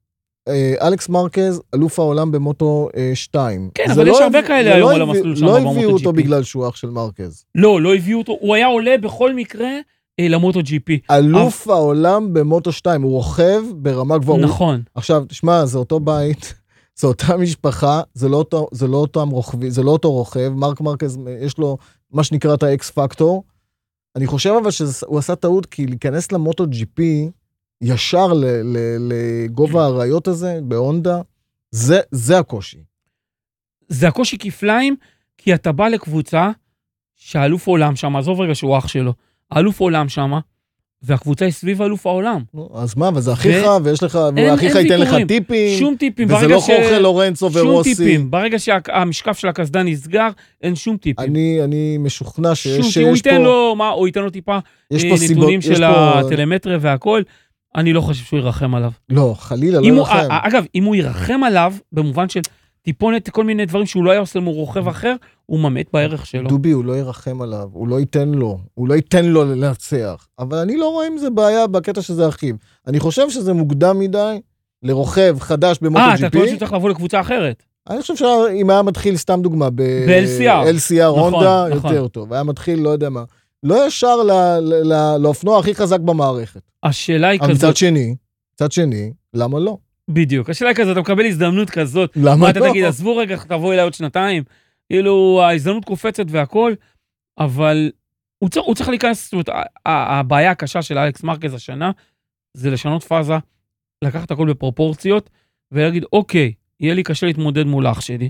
Speaker 1: אה, אלכס מרקז, אלוף העולם במוטו אה, 2.
Speaker 2: כן, אבל יש הרבה כאלה היום על המסלול שם
Speaker 1: לא
Speaker 2: במוטו
Speaker 1: הביאו אותו
Speaker 2: GP.
Speaker 1: בגלל שהוא אח של מרקז.
Speaker 2: לא, לא הביאו אותו, הוא היה עולה בכל מקרה אה, למוטו ג'י פי.
Speaker 1: אלוף העולם במוטו 2, הוא רוכב ברמה גבוהה. הוא-
Speaker 2: אה. נכון,
Speaker 1: עכשיו, תשמע, זה אותו בית, זו אותה משפחה, זה לא אותו- זה לא אותם רוכבים, זה לא אותו רוכב, מרק מרקז, יש לו מה שנקרא את האקס פקטור. אני חושב אבל שהוא עשה טעות, כי להיכנס למוטו ג'י פי ישר ל- ל-
Speaker 2: כן.
Speaker 1: לגובה האריות הזה, בהונדה, זה, זה הקושי.
Speaker 2: זה הקושי כפליים, כי אתה בא לקבוצה שהאלוף עולם שם, עזוב רגע שהוא אח שלו, האלוף עולם שם, והקבוצה היא סביב אלוף העולם.
Speaker 1: נו, אז מה, וזה אחיך, ויש לך, ואחיך
Speaker 2: אין
Speaker 1: ייתן לך
Speaker 2: ויתורים.
Speaker 1: טיפים,
Speaker 2: שום טיפים,
Speaker 1: וזה
Speaker 2: ברגע
Speaker 1: לא חורכה לורנצו
Speaker 2: שום
Speaker 1: ורוסי.
Speaker 2: טיפים, ברגע שהמשקף של הקסדה נסגר, אין שום טיפים.
Speaker 1: אני, אני משוכנע
Speaker 2: שום
Speaker 1: שיש
Speaker 2: טיפ, הוא
Speaker 1: שיש
Speaker 2: ייתן
Speaker 1: פה,
Speaker 2: לו, מה, הוא ייתן לו טיפה
Speaker 1: יש
Speaker 2: אה,
Speaker 1: פה סיבות,
Speaker 2: נתונים
Speaker 1: יש
Speaker 2: של
Speaker 1: פה...
Speaker 2: הטלמטריה והכל, אני לא חושב שהוא ירחם עליו.
Speaker 1: לא, חלילה,
Speaker 2: אם
Speaker 1: לא
Speaker 2: הוא,
Speaker 1: לכם.
Speaker 2: א- אגב, אם הוא ירחם עליו, במובן של טיפונת, כל מיני דברים שהוא לא היה עושה אם הוא רוכב אחר, הוא ממעט בערך שלו.
Speaker 1: דובי, הוא לא ירחם עליו, הוא לא ייתן לו, הוא לא ייתן לו לנצח. אבל אני לא רואה עם זה בעיה בקטע שזה אחיו. אני חושב שזה מוקדם מדי לרוכב חדש במוטו
Speaker 2: אה, אתה
Speaker 1: ג'י
Speaker 2: טוען שהוא צריך לבוא לקבוצה אחרת.
Speaker 1: אני חושב שאם היה מתחיל, סתם דוגמה, ב...
Speaker 2: ב-LCR.
Speaker 1: LCR
Speaker 2: נכון,
Speaker 1: הונדה,
Speaker 2: נכון.
Speaker 1: יותר טוב. היה מתחיל, לא יודע מה. לא ישר ל- ל- ל- לאופנוע הכי חזק במערכת.
Speaker 2: השאלה היא
Speaker 1: אבל
Speaker 2: כזאת,
Speaker 1: מצד שני, מצד שני, למה לא?
Speaker 2: בדיוק, השאלה היא כזאת, אתה מקבל הזדמנות כזאת,
Speaker 1: למה
Speaker 2: מה אתה
Speaker 1: לא?
Speaker 2: תגיד, עזבו רגע, תבוא אליי עוד שנתיים, כאילו ההזדמנות קופצת והכל, אבל הוא צריך- הוא צריך להיכנס, זאת אומרת, ה- ה- הבעיה הקשה של אלכס מרקז השנה, זה לשנות פאזה, לקחת הכל בפרופורציות, ולהגיד, אוקיי, יהיה לי קשה להתמודד מול אח שלי,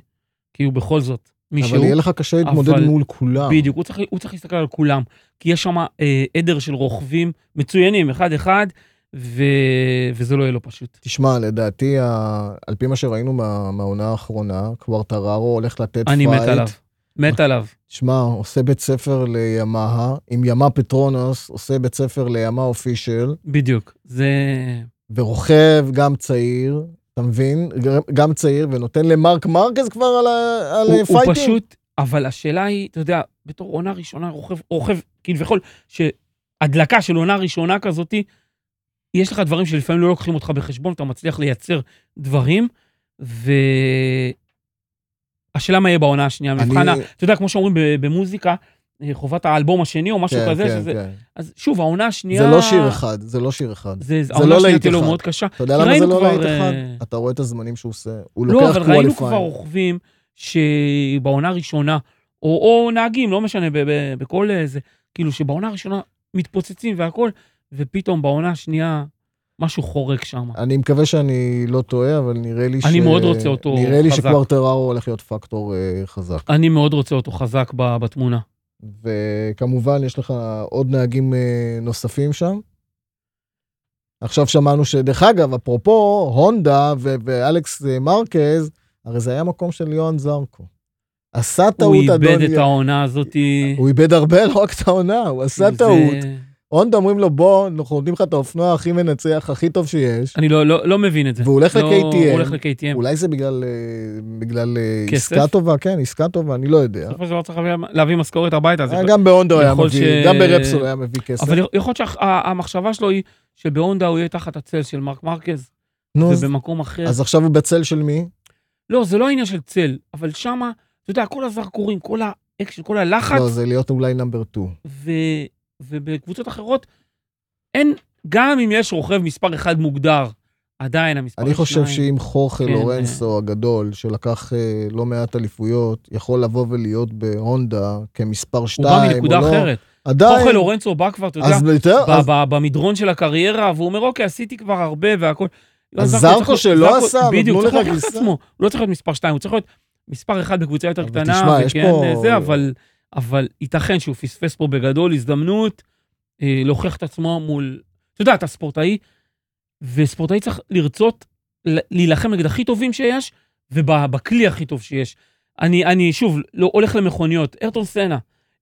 Speaker 2: כי הוא בכל זאת מישהו.
Speaker 1: אבל יהיה לך קשה להתמודד
Speaker 2: אבל-
Speaker 1: מול כולם.
Speaker 2: בדיוק, הוא צריך, הוא צריך להסתכל על כולם, כי יש שם אה, עדר של רוכבים מצוינים, אחד-אחד, ו... וזה לא יהיה לו פשוט.
Speaker 1: תשמע, לדעתי, ה- על פי מה שראינו מה- מהעונה האחרונה, כבר טרארו הולך לתת פייט.
Speaker 2: אני מת עליו, מת עליו.
Speaker 1: שמע, עושה בית ספר לימאה, עם ימה פטרונוס, עושה בית ספר לימה אופישל,
Speaker 2: בדיוק, זה...
Speaker 1: ורוכב גם צעיר, אתה מבין? גם צעיר, ונותן למרק מרקז כבר על, ה- על אה,
Speaker 2: הוא, הוא
Speaker 1: פייטים.
Speaker 2: פשוט, אבל השאלה היא, אתה יודע, בתור עונה ראשונה רוכב, רוכב כביכול, שהדלקה של עונה ראשונה כזאתי, יש לך דברים שלפעמים לא לוקחים אותך בחשבון, אתה מצליח לייצר דברים, והשאלה מה יהיה בעונה השנייה,
Speaker 1: אני-
Speaker 2: מבחן ה... אתה יודע, כמו שאומרים ב- במוזיקה, אה, חובת האלבום השני או משהו
Speaker 1: כן,
Speaker 2: כזה,
Speaker 1: כן,
Speaker 2: שזה...
Speaker 1: כן.
Speaker 2: אז שוב, העונה השנייה...
Speaker 1: זה לא שיר אחד, זה לא שיר אחד.
Speaker 2: זה, זה
Speaker 1: לא
Speaker 2: העונה השנייה
Speaker 1: להיט
Speaker 2: תהיה לו
Speaker 1: אחד.
Speaker 2: מאוד קשה.
Speaker 1: אתה יודע למה זה
Speaker 2: ראינו
Speaker 1: לא
Speaker 2: כבר,
Speaker 1: להיט אחד?
Speaker 2: אה,
Speaker 1: אתה רואה את הזמנים שהוא עושה, הוא
Speaker 2: לא,
Speaker 1: לוקח
Speaker 2: אבל ראינו
Speaker 1: qualifying.
Speaker 2: כבר רוכבים שבעונה הראשונה, או, או נהגים, לא משנה, ב, ב, בכל אה, זה, כאילו שבעונה הראשונה מתפוצצים והכול, ופתאום בעונה השנייה משהו חורק שם.
Speaker 1: אני מקווה שאני לא טועה, אבל נראה לי ש...
Speaker 2: אני מאוד רוצה אותו
Speaker 1: נראה לי
Speaker 2: חזק.
Speaker 1: שכבר טרארו הולך להיות פקטור אה, חזק.
Speaker 2: אני מאוד רוצה אותו חזק ב, בתמונה.
Speaker 1: וכמובן, יש לך עוד נהגים אה, נוספים שם. עכשיו שמענו ש... דרך אגב, אפרופו הונדה ו- ואלכס אה, מרקז, הרי זה היה מקום של יוהאן זרקו. עשה טעות,
Speaker 2: הוא איבד
Speaker 1: אדון
Speaker 2: את
Speaker 1: יוהאן.
Speaker 2: העונה הזאת.
Speaker 1: הוא איבד הרבה, לא רק את העונה, הוא עשה
Speaker 2: זה-
Speaker 1: טעות. הונדה אומרים לו, בוא, אנחנו נותנים לך את האופנוע הכי מנצח, הכי טוב שיש,
Speaker 2: אני לא- לא לא מבין את זה.
Speaker 1: והוא הולך
Speaker 2: לא-
Speaker 1: ל-KTM.
Speaker 2: הוא הולך ל-KTM.
Speaker 1: אולי זה בגלל, אה, בגלל אה,
Speaker 2: כן. כסף?
Speaker 1: עסקה טובה, כן, עסקה טובה, אני לא יודע.
Speaker 2: בסופו של דבר צריך להביא- להביא משכורת הביתה. אז
Speaker 1: אה,
Speaker 2: יכול-
Speaker 1: גם בהונדה הוא היה
Speaker 2: יכול
Speaker 1: מביא,
Speaker 2: ש-
Speaker 1: גם ברפסול הוא היה מביא כסף.
Speaker 2: אבל יכול להיות שהמחשבה שלו היא שבהונדה הוא יהיה תחת הצל של מרק מרקז,
Speaker 1: נו, אז-
Speaker 2: ובמקום אחר.
Speaker 1: אז עכשיו הוא בצל של מי?
Speaker 2: לא, זה לא עניין של צל, אבל שמה, אתה יודע, כל הזרקורים, כל האקשן, כל הלחץ,
Speaker 1: לא, זה להיות אולי נאמבר 2.
Speaker 2: ו, ובקבוצות אחרות, אין, גם אם יש רוכב מספר אחד מוגדר, עדיין המספר
Speaker 1: אני חושב
Speaker 2: שניים-
Speaker 1: שאם חוכה
Speaker 2: כן,
Speaker 1: לורנסו הגדול, שלקח אה, לא מעט אליפויות, יכול לבוא ולהיות בהונדה כמספר 2,
Speaker 2: הוא בא מנקודה אחרת. חוכל
Speaker 1: עדיין,
Speaker 2: לורנצו בא כבר, אתה יודע,
Speaker 1: לא. אז יותר,
Speaker 2: ב-
Speaker 1: לא, אז-
Speaker 2: ב- במדרון של הקריירה, והוא אומר, אוקיי, עשיתי כבר הרבה והכל. לא,
Speaker 1: אז
Speaker 2: זרקו
Speaker 1: זרקו
Speaker 2: צריך-
Speaker 1: שלא
Speaker 2: זרקו-
Speaker 1: עשה, נתנו
Speaker 2: בדיוק,
Speaker 1: לך
Speaker 2: צריך להוכיח את
Speaker 1: גרסה.
Speaker 2: עצמו. הוא לא צריך להיות מספר 2, הוא צריך להיות מספר 1 בקבוצה יותר
Speaker 1: אבל
Speaker 2: קטנה,
Speaker 1: תשמע, יש
Speaker 2: וכן
Speaker 1: פה-
Speaker 2: זה, אבל- אבל ייתכן שהוא פספס פה בגדול הזדמנות אה, להוכיח את עצמו מול... אתה יודע, אתה ספורטאי, וספורטאי צריך לרצות ל- להילחם נגד הכי טובים שיש, ובכלי הכי טוב שיש. אני, אני שוב, לא הולך למכוניות, ארטון סנה.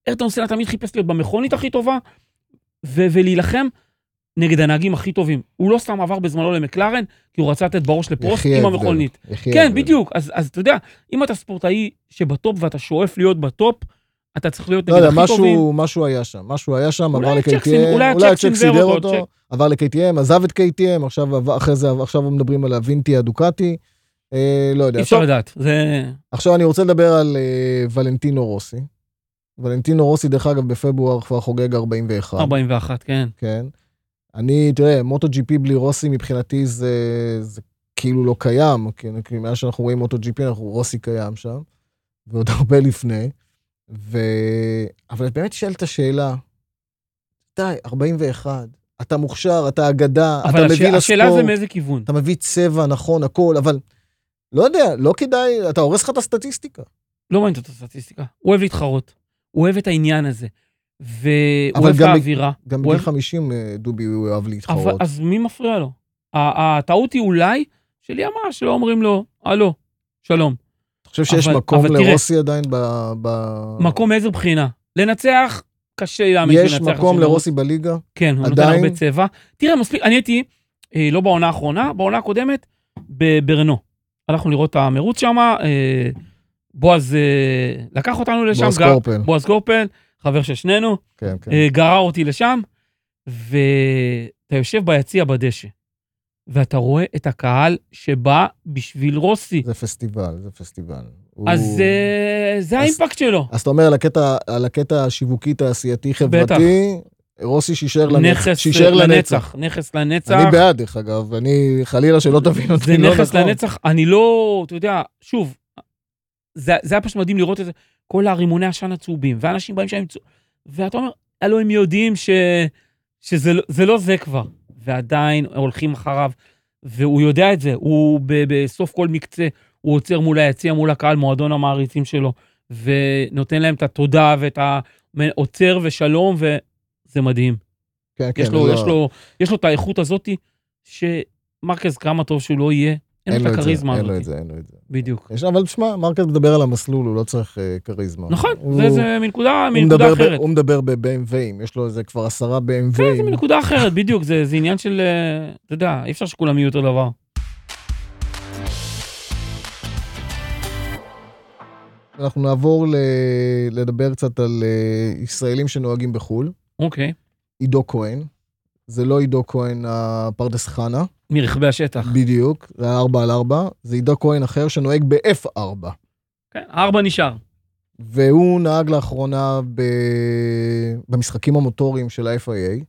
Speaker 2: ארטון סנה תמיד חיפש להיות במכונית הכי טובה, ו- ולהילחם נגד הנהגים הכי טובים. הוא לא סתם עבר בזמנו למקלרן, כי הוא רצה לתת בראש לפרוסט
Speaker 1: יחי
Speaker 2: עם
Speaker 1: ההבדל,
Speaker 2: המכונית.
Speaker 1: יחי
Speaker 2: כן,
Speaker 1: ההבדל.
Speaker 2: בדיוק. אז, אז אתה יודע, אם אתה ספורטאי שבטופ ואתה שואף להיות בטופ, אתה צריך להיות
Speaker 1: לא
Speaker 2: נגד
Speaker 1: יודע,
Speaker 2: הכי טובים.
Speaker 1: משהו, משהו היה שם, משהו היה שם,
Speaker 2: אולי
Speaker 1: עבר
Speaker 2: צ'קסין-
Speaker 1: ל-KTM,
Speaker 2: אולי הצ'קסין
Speaker 1: הצ'ק
Speaker 2: זר
Speaker 1: סידר
Speaker 2: אותו, צ'ק.
Speaker 1: עבר ל-KTM, עזב את KTM, עכשיו, עבר- אחרי זה, עכשיו מדברים על הווינטי הדוקטי, אה, לא יודע.
Speaker 2: אי אפשר
Speaker 1: טוב,
Speaker 2: לדעת. זה...
Speaker 1: עכשיו אני רוצה לדבר על אה, ולנטינו רוסי. ולנטינו רוסי, דרך אגב, בפברואר כבר חוגג 41.
Speaker 2: 41, כן.
Speaker 1: כן. אני, תראה, מוטו ג'י פי בלי רוסי מבחינתי זה, זה כאילו לא קיים, כן, כי מאז שאנחנו רואים מוטו ג'י פי, אנחנו רוסי קיים שם, ועוד הרבה לפני. ו... אבל באמת נשאלת השאלה, די, 41, אתה מוכשר, אתה אגדה, אתה
Speaker 2: אבל הש...
Speaker 1: מביא
Speaker 2: השאלה זה
Speaker 1: לספורט,
Speaker 2: מאיזה כיוון.
Speaker 1: אתה מביא צבע נכון, הכל, אבל לא יודע, לא כדאי, אתה הורס לך את הסטטיסטיקה.
Speaker 2: לא מעניין אותו סטטיסטיקה. הוא אוהב להתחרות. הוא אוהב את העניין הזה. והוא
Speaker 1: אבל
Speaker 2: אוהב את
Speaker 1: גם ב-
Speaker 2: האווירה.
Speaker 1: גם
Speaker 2: הוא
Speaker 1: בגיל
Speaker 2: אוהב-
Speaker 1: 50 אה, דובי הוא אוהב
Speaker 2: אבל,
Speaker 1: להתחרות.
Speaker 2: אז מי מפריע לו? ה- הטעות היא אולי שלי אמרה שלא אומרים לו, הלו, שלום.
Speaker 1: אתה חושב שיש
Speaker 2: אבל-
Speaker 1: מקום
Speaker 2: אבל תראה-
Speaker 1: לרוסי עדיין ב... ב-
Speaker 2: מקום מאיזה בחינה? לנצח, קשה להאמין
Speaker 1: אה. יש
Speaker 2: לנצח
Speaker 1: מקום לרוסי בליגה?
Speaker 2: כן, הוא נותן
Speaker 1: עדיין?
Speaker 2: הרבה צבע. תראה, מספיק, אני הייתי, אה, לא בעונה האחרונה, בעונה הקודמת, בברנו. הלכנו לראות את המרוץ שם, אה, בועז אה, לקח אותנו לשם,
Speaker 1: בועז
Speaker 2: גר-
Speaker 1: קורפל.
Speaker 2: בועז קורפל, חבר של שנינו,
Speaker 1: כן, כן.
Speaker 2: אה, גרר אותי לשם, ואתה יושב ביציע בדשא, ואתה רואה את הקהל שבא בשביל רוסי.
Speaker 1: זה פסטיבל, זה פסטיבל.
Speaker 2: אז
Speaker 1: הוא-
Speaker 2: אה, זה
Speaker 1: אז-
Speaker 2: האימפקט שלו.
Speaker 1: אז אתה אומר על הקטע, על הקטע השיווקי, תעשייתי,
Speaker 2: בטח.
Speaker 1: חברתי, רוסי שישאר לנצח.
Speaker 2: נכס
Speaker 1: שישאר
Speaker 2: אה, לנצח, נכס לנצח.
Speaker 1: אני בעד, דרך אגב, אני חלילה שלא תבין אותי,
Speaker 2: זה
Speaker 1: לא
Speaker 2: נכס
Speaker 1: נכון.
Speaker 2: לנצח, אני לא, אתה יודע, שוב, זה, זה היה פשוט מדהים לראות את זה, כל הרימוני עשן הצהובים, ואנשים באים שם, עם צה- ואתה אומר, הלו הם יודעים ש, שזה לא- זה לא זה כבר, ועדיין הולכים אחריו, והוא יודע את זה, הוא ב, בסוף כל מקצה, הוא עוצר מול היציע, מול הקהל, מועדון המעריצים שלו, ונותן להם את התודה ואת ה... עוצר ושלום, וזה מדהים.
Speaker 1: כן, כן,
Speaker 2: יש לו,
Speaker 1: לא-
Speaker 2: יש לו, יש לו את האיכות הזאת, שמרקז כמה טוב שהוא לא יהיה, אין לו את
Speaker 1: זה,
Speaker 2: הכריזמה
Speaker 1: אין לו את
Speaker 2: הזאת.
Speaker 1: זה, אין לו את זה.
Speaker 2: בדיוק.
Speaker 1: יש- אבל תשמע, מרקס מדבר על המסלול, הוא לא צריך אה, כריזמה.
Speaker 2: נכון,
Speaker 1: הוא-
Speaker 2: זה- זה מנקודה
Speaker 1: הוא
Speaker 2: מנקודה
Speaker 1: מדבר ב-
Speaker 2: אחרת.
Speaker 1: הוא מדבר ב-BMWים, יש לו איזה כבר עשרה
Speaker 2: כן, זה
Speaker 1: BMWים.
Speaker 2: מנקודה אחרת, בדיוק, זה זה עניין של, אה, אתה יודע, אי אפשר שכולם יהיו אותו דבר.
Speaker 1: אנחנו נעבור ל- לדבר קצת על אה, ישראלים שנוהגים בחו"ל.
Speaker 2: אוקיי,
Speaker 1: עידו כהן. זה לא עידו כהן הפרדס חנה,
Speaker 2: מרכבי השטח.
Speaker 1: בדיוק, זה היה 4 על 4, זה עידו כהן אחר שנוהג ב-F4,
Speaker 2: כן, ארבע נשאר.
Speaker 1: והוא נהג לאחרונה ב... במשחקים המוטוריים של ה-FIA,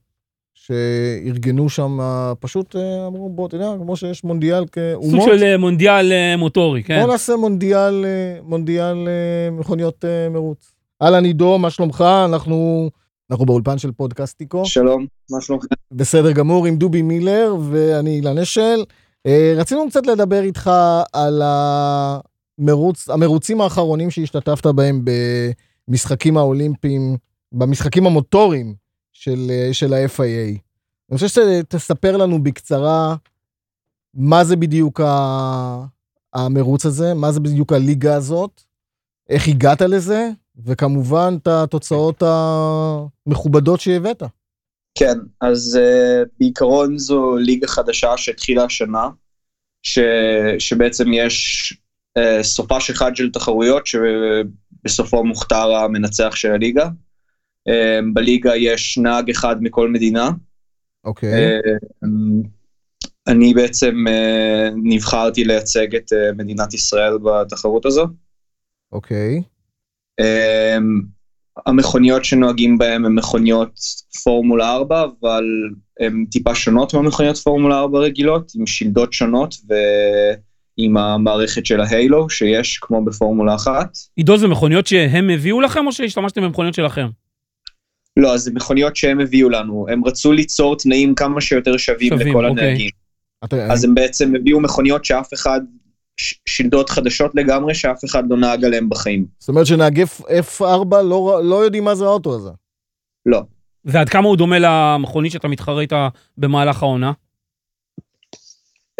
Speaker 1: שארגנו שם, אה, פשוט אה, אמרו, בוא, אתה יודע, כמו שיש מונדיאל
Speaker 2: סוג
Speaker 1: כאומות,
Speaker 2: של אה, מונדיאל אה, מוטורי, כן.
Speaker 1: בוא נעשה מונדיאל, אה, מונדיאל אה, מכוניות אה, מרוץ. אהלן עידו, מה שלומך? אנחנו... אנחנו באולפן של פודקאסטיקו.
Speaker 3: שלום, מה שלומך?
Speaker 1: בסדר גמור, עם דובי מילר ואני אילן אשל. אה, רצינו קצת לדבר איתך על המרוץ, המרוצים האחרונים שהשתתפת בהם במשחקים האולימפיים, במשחקים המוטוריים של, אה, של ה-FIA. אני חושב שתספר לנו בקצרה מה זה בדיוק ה- המרוץ הזה, מה זה בדיוק הליגה הזאת, איך הגעת לזה, וכמובן את התוצאות המכובדות שהבאת.
Speaker 4: כן, אז uh, בעיקרון זו ליגה חדשה שהתחילה השנה, ש, שבעצם יש uh, סופש אחד של תחרויות שבסופו מוכתר המנצח של הליגה. Um, בליגה יש נהג אחד מכל מדינה.
Speaker 1: אוקיי.
Speaker 4: Um, אני בעצם uh, נבחרתי לייצג את uh, מדינת ישראל בתחרות הזו.
Speaker 1: אוקיי.
Speaker 4: אמ, המכוניות שנוהגים בהן הן מכוניות פורמולה 4, אבל הן טיפה שונות מהמכוניות פורמולה 4 רגילות, עם שלדות שונות ועם המערכת של ההיילו שיש כמו בפורמולה 1.
Speaker 2: עידו, זה מכוניות שהם הביאו לכם, או שהשתמשתם במכוניות שלכם?
Speaker 4: לא, אז זה מכוניות שהם הביאו לנו, הם רצו ליצור תנאים כמה שיותר שווים
Speaker 2: שווים,
Speaker 4: לכל
Speaker 2: אוקיי.
Speaker 4: הנהגים.
Speaker 1: אתה-
Speaker 4: אז הם בעצם הביאו מכוניות שאף אחד, ש- שלדות חדשות לגמרי, שאף אחד לא נהג עליהן בחיים.
Speaker 1: זאת אומרת שנהגי F4 לא ר- לא יודעים מה זה האוטו הזה.
Speaker 4: לא.
Speaker 2: ועד כמה הוא דומה למכונית שאתה מתחרה איתה במהלך העונה?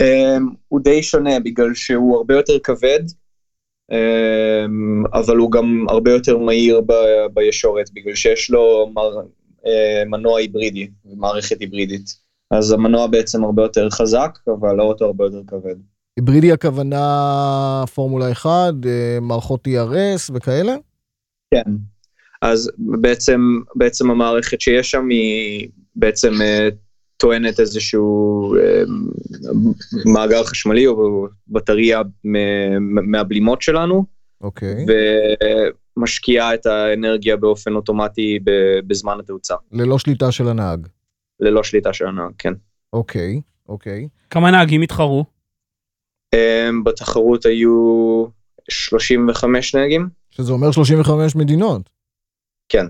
Speaker 4: אמ, הוא די שונה בגלל שהוא הרבה יותר כבד, אמ, אבל הוא גם הרבה יותר מהיר ב- בישורת, בגלל שיש לו מר- אה, מנוע היברידי, מערכת היברידית. אז המנוע בעצם הרבה יותר חזק, אבל האוטו הרבה יותר כבד.
Speaker 1: היברידי הכוונה פורמולה 1, אה, מערכות ERS וכאלה?
Speaker 4: כן. אז בעצם, בעצם המערכת שיש שם היא בעצם אה, טוענת איזשהו אה, מאגר חשמלי או בטריה מ- מ- מהבלימות שלנו.
Speaker 1: אוקיי.
Speaker 4: ומשקיעה את האנרגיה באופן אוטומטי ב- בזמן התאוצה,
Speaker 1: ללא שליטה של הנהג.
Speaker 4: ללא שליטה של הנהג, כן.
Speaker 1: אוקיי, אוקיי.
Speaker 2: כמה נהגים התחרו?
Speaker 4: אמ, בתחרות היו 35 נהגים?
Speaker 1: שזה אומר 35 מדינות.
Speaker 4: כן.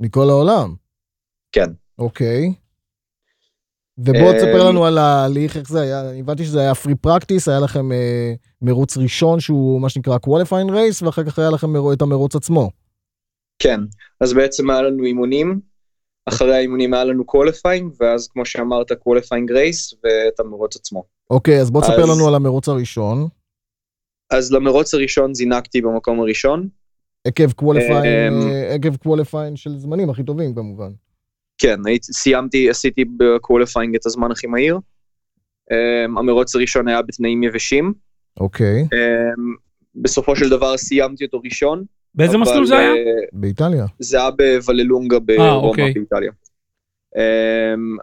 Speaker 1: מכל העולם.
Speaker 4: כן.
Speaker 1: אוקיי. ובוא
Speaker 4: אה,
Speaker 1: תספר לנו על ההליך, איך זה היה, אני הבנתי שזה היה פרי פרקטיס, היה לכם אה, מרוץ ראשון שהוא מה שנקרא qualifying race, ואחר כך היה לכם מרו- את המרוץ עצמו.
Speaker 4: כן. אז בעצם היה לנו אימונים, אחרי האימונים היה לנו קוליפיינג, ואז כמו שאמרת, קוליפיינג רייס ואת המרוץ עצמו.
Speaker 1: אוקיי, אז בוא תספר
Speaker 4: אז-
Speaker 1: לנו על המרוץ הראשון,
Speaker 4: אז למרוץ הראשון זינקתי במקום הראשון,
Speaker 1: עקב qualifying,
Speaker 4: אמ,
Speaker 1: אה, עקב qualifying של זמנים הכי טובים כמובן.
Speaker 4: כן, הייתי- סיימתי, עשיתי בקוליפיינג את הזמן הכי מהיר. אמ, המרוץ הראשון היה בתנאים יבשים.
Speaker 1: אוקיי,
Speaker 4: אמ, בסופו של דבר סיימתי אותו ראשון.
Speaker 2: באיזה
Speaker 4: אבל,
Speaker 2: מסלול זה היה?
Speaker 4: אה,
Speaker 1: באיטליה.
Speaker 4: זה היה בווללונגה ברומא
Speaker 2: אוקיי.
Speaker 4: באיטליה. אמ,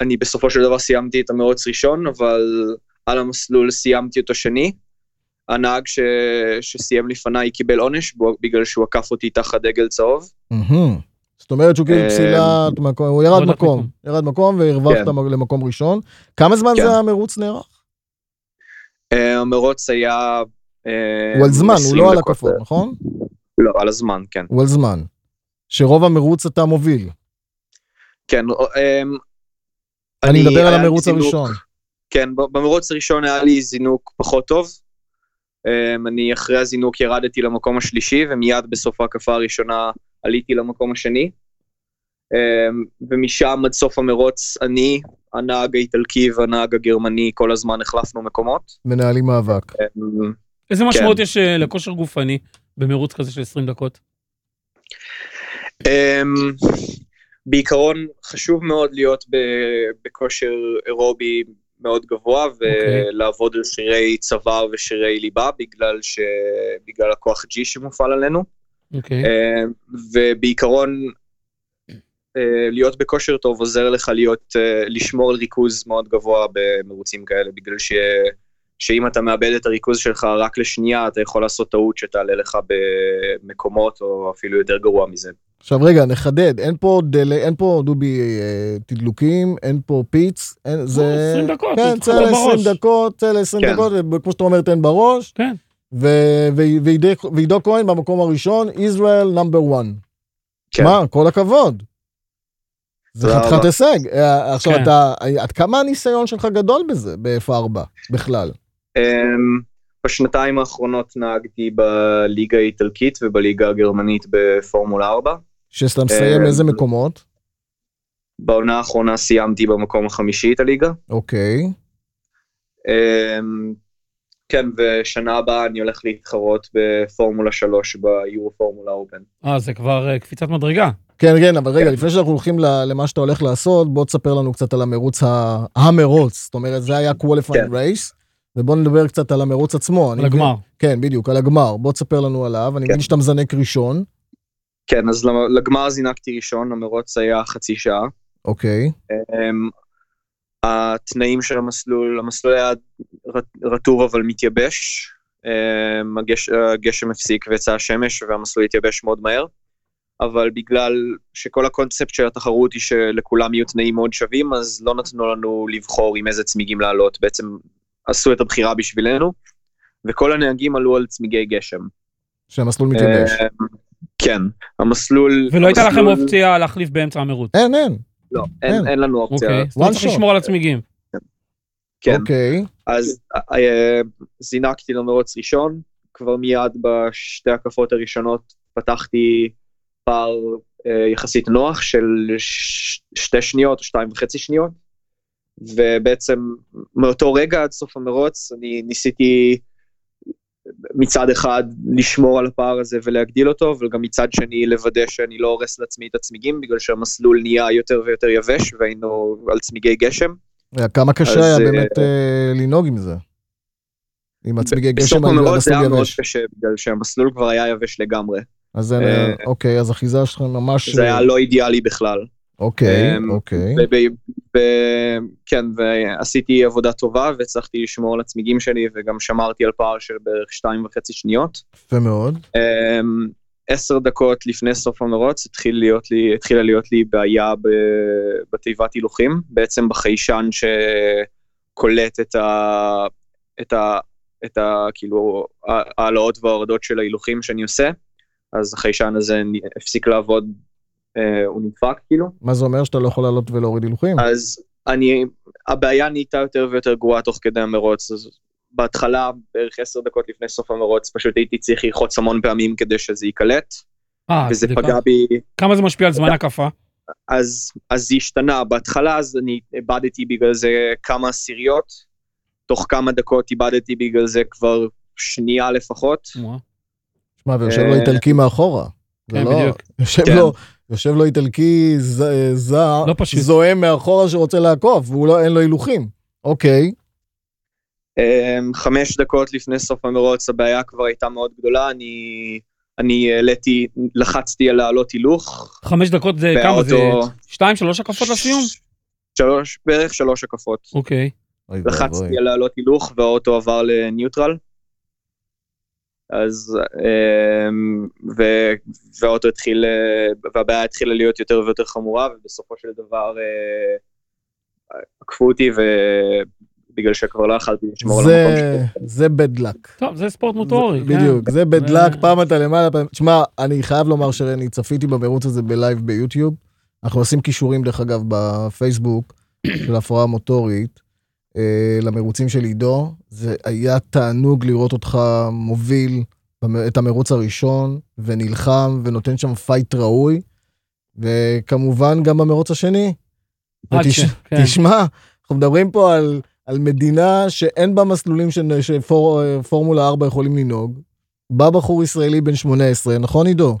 Speaker 4: אני בסופו של דבר סיימתי את המרוץ ראשון, אבל על המסלול סיימתי אותו שני. הנהג ש... שסיים לפניי קיבל עונש בו- בגלל שהוא עקף אותי תחת דגל צהוב.
Speaker 1: מהמם. זאת אומרת שהוא כאילו
Speaker 4: אה,
Speaker 1: פסילת מקום, הוא ירד
Speaker 2: הורדת
Speaker 1: מקום,
Speaker 2: מקום.
Speaker 1: ירד מקום והרווחת
Speaker 4: כן.
Speaker 1: למקום ראשון. כמה זמן
Speaker 4: כן.
Speaker 1: זה המרוץ נערך?
Speaker 4: אה, המרוץ היה... אה,
Speaker 1: הוא על זמן, הוא
Speaker 4: 20
Speaker 1: לא על
Speaker 4: דקות.
Speaker 1: הקפות, נכון?
Speaker 4: לא, על הזמן, כן.
Speaker 1: הוא על זמן. שרוב המרוץ אתה מוביל.
Speaker 4: כן, אמ,
Speaker 1: אני מדבר על
Speaker 4: היה לי
Speaker 1: המרוץ
Speaker 4: זינוק-
Speaker 1: הראשון.
Speaker 4: כן, ב- במרוץ הראשון היה לי זינוק פחות טוב. אמ, אני אחרי הזינוק ירדתי למקום השלישי, ומיד בסוף ההקפה הראשונה עליתי למקום השני. אמ, ומשם עד סוף המרוץ, אני, הנהג האיטלקי והנהג הגרמני, כל הזמן החלפנו מקומות.
Speaker 1: מנהלים מאבק.
Speaker 4: אמ,
Speaker 2: איזה משמעות יש אה, לכושר גופני במרוץ כזה של 20 דקות?
Speaker 4: אמ, בעיקרון, חשוב מאוד להיות ב- בכושר אירובי מאוד גבוה,
Speaker 2: אוקיי.
Speaker 4: ולעבוד על שרירי צוואר ושרירי ליבה, בגלל, ש... בגלל הכוח G שמופעל עלינו.
Speaker 2: אוקיי.
Speaker 4: אה, ובעיקרון, אה, להיות בכושר טוב עוזר לך להיות, אה, לשמור על ריכוז מאוד גבוה במרוצים כאלה, בגלל ש... שאם אתה מאבד את הריכוז שלך רק לשנייה, אתה יכול לעשות טעות שתעלה לך במקומות, או אפילו יותר גרוע מזה.
Speaker 1: עכשיו רגע, נחדד, אין פה דלה, אין פה דובי אה, תדלוקים, אין פה פיץ, אין, זה...
Speaker 2: 20 לא, דקות,
Speaker 1: כן,
Speaker 2: הוא
Speaker 1: צא
Speaker 2: התחרה בראש.
Speaker 1: ל-20 דקות, צא ל-20
Speaker 4: כן.
Speaker 1: דקות, כמו שאתה אומר, תן בראש.
Speaker 2: כן.
Speaker 1: ו- ו- ועידו- ועידו כהן במקום הראשון, ישראל נאמבר 1.
Speaker 4: כן.
Speaker 1: מה, כל הכבוד. זה
Speaker 4: תודה
Speaker 1: חתיכת
Speaker 4: רבה.
Speaker 1: הישג. אה, עכשיו,
Speaker 2: כן.
Speaker 1: אתה, עד כמה הניסיון שלך גדול בזה, ב-F4, בכלל?
Speaker 4: אמ, בשנתיים האחרונות נהגתי בליגה האיטלקית ובליגה הגרמנית בפורמולה 4.
Speaker 1: שאתה מסיים
Speaker 4: אה,
Speaker 1: איזה מקומות?
Speaker 4: בעונה האחרונה סיימתי במקום החמישי את הליגה.
Speaker 1: אוקיי.
Speaker 4: אמ, כן, ושנה הבאה אני הולך להתחרות בפורמולה 3 ביורו פורמולה אופן.
Speaker 2: אה, זה כבר אה, קפיצת מדרגה.
Speaker 1: כן, כן, אבל רגע, לפני שאנחנו הולכים ל- למה שאתה הולך לעשות, בוא תספר לנו קצת על המרוץ, ה- המרוץ, זאת אומרת, זה היה qualifying
Speaker 4: כן.
Speaker 1: race, ובוא נדבר קצת על המרוץ עצמו. אני מבין-
Speaker 2: לגמר.
Speaker 1: כן, בדיוק, על הגמר. בוא תספר לנו עליו, אני
Speaker 4: כן.
Speaker 1: מבין שאתה מזנק ראשון,
Speaker 4: כן, אז למ- לגמר זינקתי ראשון, המרוץ היה חצי שעה.
Speaker 1: אוקיי.
Speaker 4: אמ, התנאים של המסלול, המסלול היה רט- רטוב אבל מתייבש. אמ, הגש- הגשם הפסיק ויצאה השמש והמסלול התייבש מאוד מהר. אבל בגלל שכל הקונספט של התחרות היא שלכולם יהיו תנאים מאוד שווים, אז לא נתנו לנו לבחור עם איזה צמיגים לעלות, בעצם עשו את הבחירה בשבילנו, וכל הנהגים עלו על צמיגי גשם.
Speaker 1: שהמסלול מתייבש.
Speaker 4: אמ, כן, המסלול...
Speaker 2: ולא הייתה לכם
Speaker 4: המסלול-
Speaker 2: אופציה להחליף באמצע המרוץ.
Speaker 1: אין, אין,
Speaker 4: לא, אין- אין לנו אופציה.
Speaker 2: אוקיי, אז
Speaker 1: one
Speaker 2: אתה צריך
Speaker 1: shot.
Speaker 2: לשמור על הצמיגים.
Speaker 4: כן.
Speaker 1: אוקיי.
Speaker 4: אז אה, זינקתי למרוץ ראשון, כבר מיד בשתי הקפות הראשונות פתחתי פער אה, יחסית נוח של ש- שתי שניות או שתיים וחצי שניות, ובעצם מאותו רגע עד סוף המרוץ אני ניסיתי מצד אחד לשמור על הפער הזה ולהגדיל אותו, אבל גם מצד שני לוודא שאני לא הורס לעצמי את הצמיגים, בגלל שהמסלול נהיה יותר ויותר יבש והיינו על צמיגי גשם.
Speaker 1: אה, כמה
Speaker 4: אז,
Speaker 1: קשה היה
Speaker 4: אה,
Speaker 1: באמת אה, לנהוג עם זה. עם הצמיגי גשם
Speaker 4: בסוף
Speaker 1: על
Speaker 4: המרוץ זה היה
Speaker 1: המסלול
Speaker 4: מאוד
Speaker 1: יבש.
Speaker 4: קשה, בגלל שהמסלול כבר היה יבש לגמרי.
Speaker 1: אז אין, אה,
Speaker 4: אה,
Speaker 1: אוקיי, אז אחיזה שלך ממש...
Speaker 4: זה היה לא אידיאלי בכלל.
Speaker 1: אוקיי,
Speaker 4: אמ,
Speaker 1: אוקיי.
Speaker 4: ב- ב- ב- כן, ועשיתי עבודה טובה, והצלחתי לשמור על הצמיגים שלי, וגם שמרתי על פער של בערך שתיים וחצי שניות.
Speaker 1: יפה מאוד.
Speaker 4: אמ, עשר דקות לפני סוף המרוץ התחיל להיות לי, התחילה להיות לי בעיה ב- בתיבת הילוכים, בעצם בחיישן שקולט את ה... את ה... את ה... כאילו ה- העלאות וההורדות של ההילוכים שאני עושה, אז החיישן הזה נ- הפסיק לעבוד, אה, הוא נדפק כאילו,
Speaker 1: מה זה אומר שאתה לא יכול לעלות ולהוריד הילוכים?
Speaker 4: אז אני, הבעיה נהייתה יותר ויותר גרועה תוך כדי המרוץ, אז בהתחלה, בערך עשר דקות לפני סוף המרוץ, פשוט הייתי צריך ללחוץ המון פעמים כדי שזה ייקלט,
Speaker 2: אה,
Speaker 4: וזה
Speaker 2: זה
Speaker 4: פגע
Speaker 2: ככה.
Speaker 4: בי,
Speaker 2: כמה זה משפיע על זמן הקפה?
Speaker 4: אז, אז זה השתנה. בהתחלה אז אני איבדתי בגלל זה כמה עשיריות, תוך כמה דקות איבדתי בגלל זה כבר שנייה לפחות.
Speaker 2: וואו.
Speaker 1: שמע, ויושב לו
Speaker 4: אה,
Speaker 1: איטלקי מאחורה. זה
Speaker 2: כן,
Speaker 1: לא-
Speaker 2: בדיוק.
Speaker 1: יושב
Speaker 4: כן.
Speaker 1: לו, יושב לו איטלקי ז- אה, זע-
Speaker 2: לא פשוט.
Speaker 1: זועם מאחורה שרוצה לעקוף, והוא לא, אין לו הילוכים. אוקיי,
Speaker 4: אמ, חמש דקות לפני סוף המרוץ הבעיה כבר הייתה מאוד גדולה, אני, אני העליתי, לחצתי על להעלות הילוך.
Speaker 2: חמש דקות זה אה, כמה זה?
Speaker 4: והאוטו-
Speaker 2: שתיים, שלוש הקפות לסיום?
Speaker 4: שלוש, בערך שלוש הקפות.
Speaker 2: אוקיי.
Speaker 1: אוי ואבוי.
Speaker 4: לחצתי על לעלות הילוך והאוטו עבר לניוטרל. אז, אמ, ו, והאוטו התחיל, אה, והבעיה התחילה להיות יותר ויותר חמורה, ובסופו של דבר אה, עקפו אותי, ובגלל שכבר לא יכלתי לשמור על המקום
Speaker 1: זה,
Speaker 4: שלי.
Speaker 1: זה bad luck.
Speaker 2: טוב, זה ספורט מוטורי.
Speaker 1: זה-
Speaker 2: כן.
Speaker 1: בדיוק, זה bad
Speaker 2: זה-
Speaker 1: luck, פעם אתה למעלה, פעם... תשמע, אני חייב לומר שאני צפיתי במרוץ הזה בלייב ביוטיוב. אנחנו עושים קישורים, דרך אגב, בפייסבוק של הפרעה מוטורית אה, למרוצים של עידו. זה היה תענוג לראות אותך מוביל במ- את המרוץ הראשון, ונלחם, ונותן שם פייט ראוי, וכמובן גם במרוץ השני.
Speaker 2: עד
Speaker 1: ותש-
Speaker 2: ש- כן.
Speaker 1: תשמע, אנחנו מדברים פה על, על מדינה שאין בה מסלולים שנ- שפור- פורמולה 4 יכולים לנהוג. בא בחור ישראלי בן 18, נכון עידו?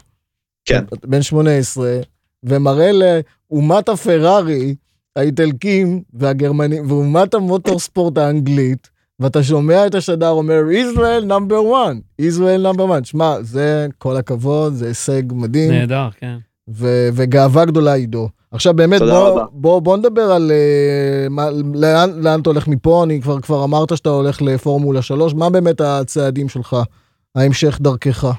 Speaker 4: כן.
Speaker 1: בן 18, ומראה לאומת הפרארי, האיטלקים והגרמנים, ואומת המוטורספורט האנגלית, ואתה שומע את השדר אומר, ישראל נאמבר 1, ישראל נאמבר 1. שמע, זה כל הכבוד, זה הישג מדהים.
Speaker 2: נהדר, כן.
Speaker 1: ו- וגאווה גדולה עידו. עכשיו באמת
Speaker 4: תודה
Speaker 1: בוא,
Speaker 4: רבה.
Speaker 1: בוא, בוא נדבר על אה, מה, לאן, לאן אתה הולך מפה, אני כבר, כבר אמרת שאתה הולך לפורמולה 3, מה באמת הצעדים שלך, ההמשך דרכך?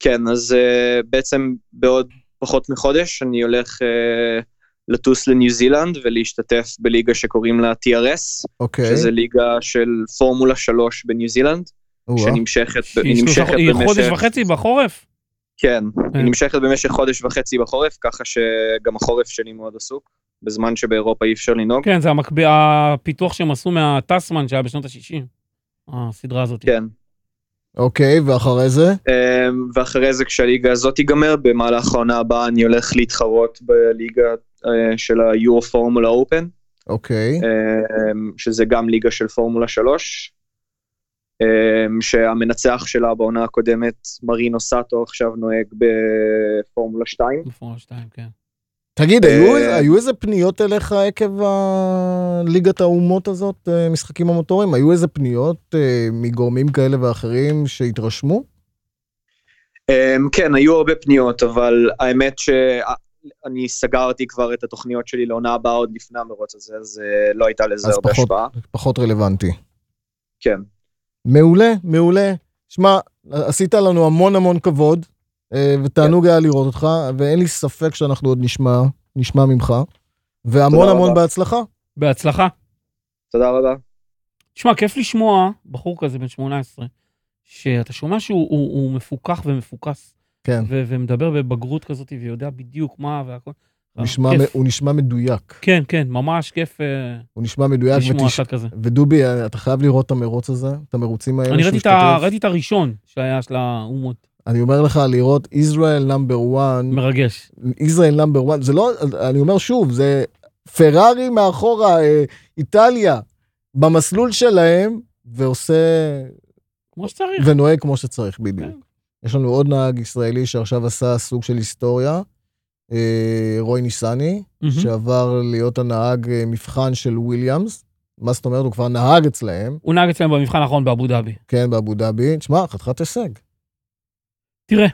Speaker 4: כן, אז אה, בעצם בעוד פחות מחודש אני הולך אה, לטוס לניו זילנד ולהשתתף בליגה שקוראים לה TRS,
Speaker 1: אוקיי.
Speaker 4: שזה ליגה של פורמולה 3 בניו זילנד.
Speaker 1: או-אה.
Speaker 4: שנמשכת
Speaker 2: היא
Speaker 4: היא נמשכת
Speaker 2: שלושה- היא חודש
Speaker 4: במשך,
Speaker 2: וחצי בחורף?
Speaker 4: כן,
Speaker 2: כן.
Speaker 4: היא נמשכת במשך חודש וחצי בחורף, ככה שגם החורף שלי מאוד עסוק, בזמן שבאירופה אי אפשר לנהוג.
Speaker 2: כן, זה המקב- הפיתוח שהם עשו מהטסמן שהיה בשנות ה-60. הסדרה הזאת.
Speaker 4: כן.
Speaker 1: אוקיי, ואחרי זה?
Speaker 4: אמ, ואחרי זה כשהליגה הזאת תיגמר, במהלך העונה הבאה אני הולך להתחרות בליגה אה, של היורו פורמולה אופן,
Speaker 1: אוקיי.
Speaker 4: אמ, שזה גם ליגה של פורמולה 3.
Speaker 3: אמ, שהמנצח שלה בעונה הקודמת, מרינו סאטו, עכשיו נוהג בפורמולה 2.
Speaker 2: בפורמולה 2, כן.
Speaker 1: תגיד,
Speaker 3: אה,
Speaker 1: היו- היו איזה פניות אליך עקב ה- ליגת האומות הזאת, אה, משחקים המוטוריים? היו איזה פניות אה, מגורמים כאלה ואחרים שהתרשמו?
Speaker 3: אמ, כן, היו הרבה פניות, אבל האמת שאני סגרתי כבר את התוכניות שלי לעונה הבאה עוד לפני המרוץ הזה, אז אה, לא הייתה לזה
Speaker 1: אז
Speaker 3: הרבה
Speaker 1: פחות.
Speaker 3: השפעה.
Speaker 1: פחות רלוונטי.
Speaker 3: כן.
Speaker 1: מעולה, מעולה. שמע, עשית לנו המון המון כבוד, אה, ותענוג היה לראות אותך, ואין לי ספק שאנחנו עוד נשמע, נשמע ממך, והמון
Speaker 3: תודה
Speaker 1: המון
Speaker 3: רבה.
Speaker 1: בהצלחה.
Speaker 2: בהצלחה.
Speaker 3: תודה רבה.
Speaker 2: תשמע, כיף לשמוע בחור כזה בן 18, שאתה שומע שהוא הוא, הוא מפוקח ומפוקס,
Speaker 1: כן,
Speaker 2: ו- ומדבר בבגרות כזאת, ויודע בדיוק מה והכל.
Speaker 1: הוא נשמע,
Speaker 2: כיף.
Speaker 1: מ- הוא נשמע מדויק.
Speaker 2: כן, כן, ממש כיף אה,
Speaker 1: הוא נשמע מדויק,
Speaker 2: לשמוע
Speaker 1: ותש...
Speaker 2: אחד כזה.
Speaker 1: ודובי, אה, אתה חייב לראות את המרוץ הזה, את המרוצים האלה
Speaker 2: אני
Speaker 1: שהוא
Speaker 2: ראיתי את ה-
Speaker 1: השתתף.
Speaker 2: ראיתי את הראשון שהיה של האומות,
Speaker 1: אני אומר לך, לראות ישראל נאמבר 1,
Speaker 2: מרגש.
Speaker 1: ישראל נאמבר 1, זה לא, אני אומר שוב, זה פרארי מאחורה, אה, איטליה, במסלול שלהם, ועושה,
Speaker 2: כמו שצריך.
Speaker 1: ונוהג כמו שצריך בדיוק.
Speaker 2: כן.
Speaker 1: יש לנו עוד נהג ישראלי שעכשיו עשה סוג של היסטוריה, אה, רוי ניסני,
Speaker 2: מהמם.
Speaker 1: שעבר להיות הנהג אה, מבחן של וויליאמס. מה זאת אומרת, הוא כבר נהג אצלהם,
Speaker 2: הוא נהג אצלם במבחן האחרון באבו דאבי.
Speaker 1: כן, באבו דאבי. תשמע, חתיכת הישג.
Speaker 2: תראה,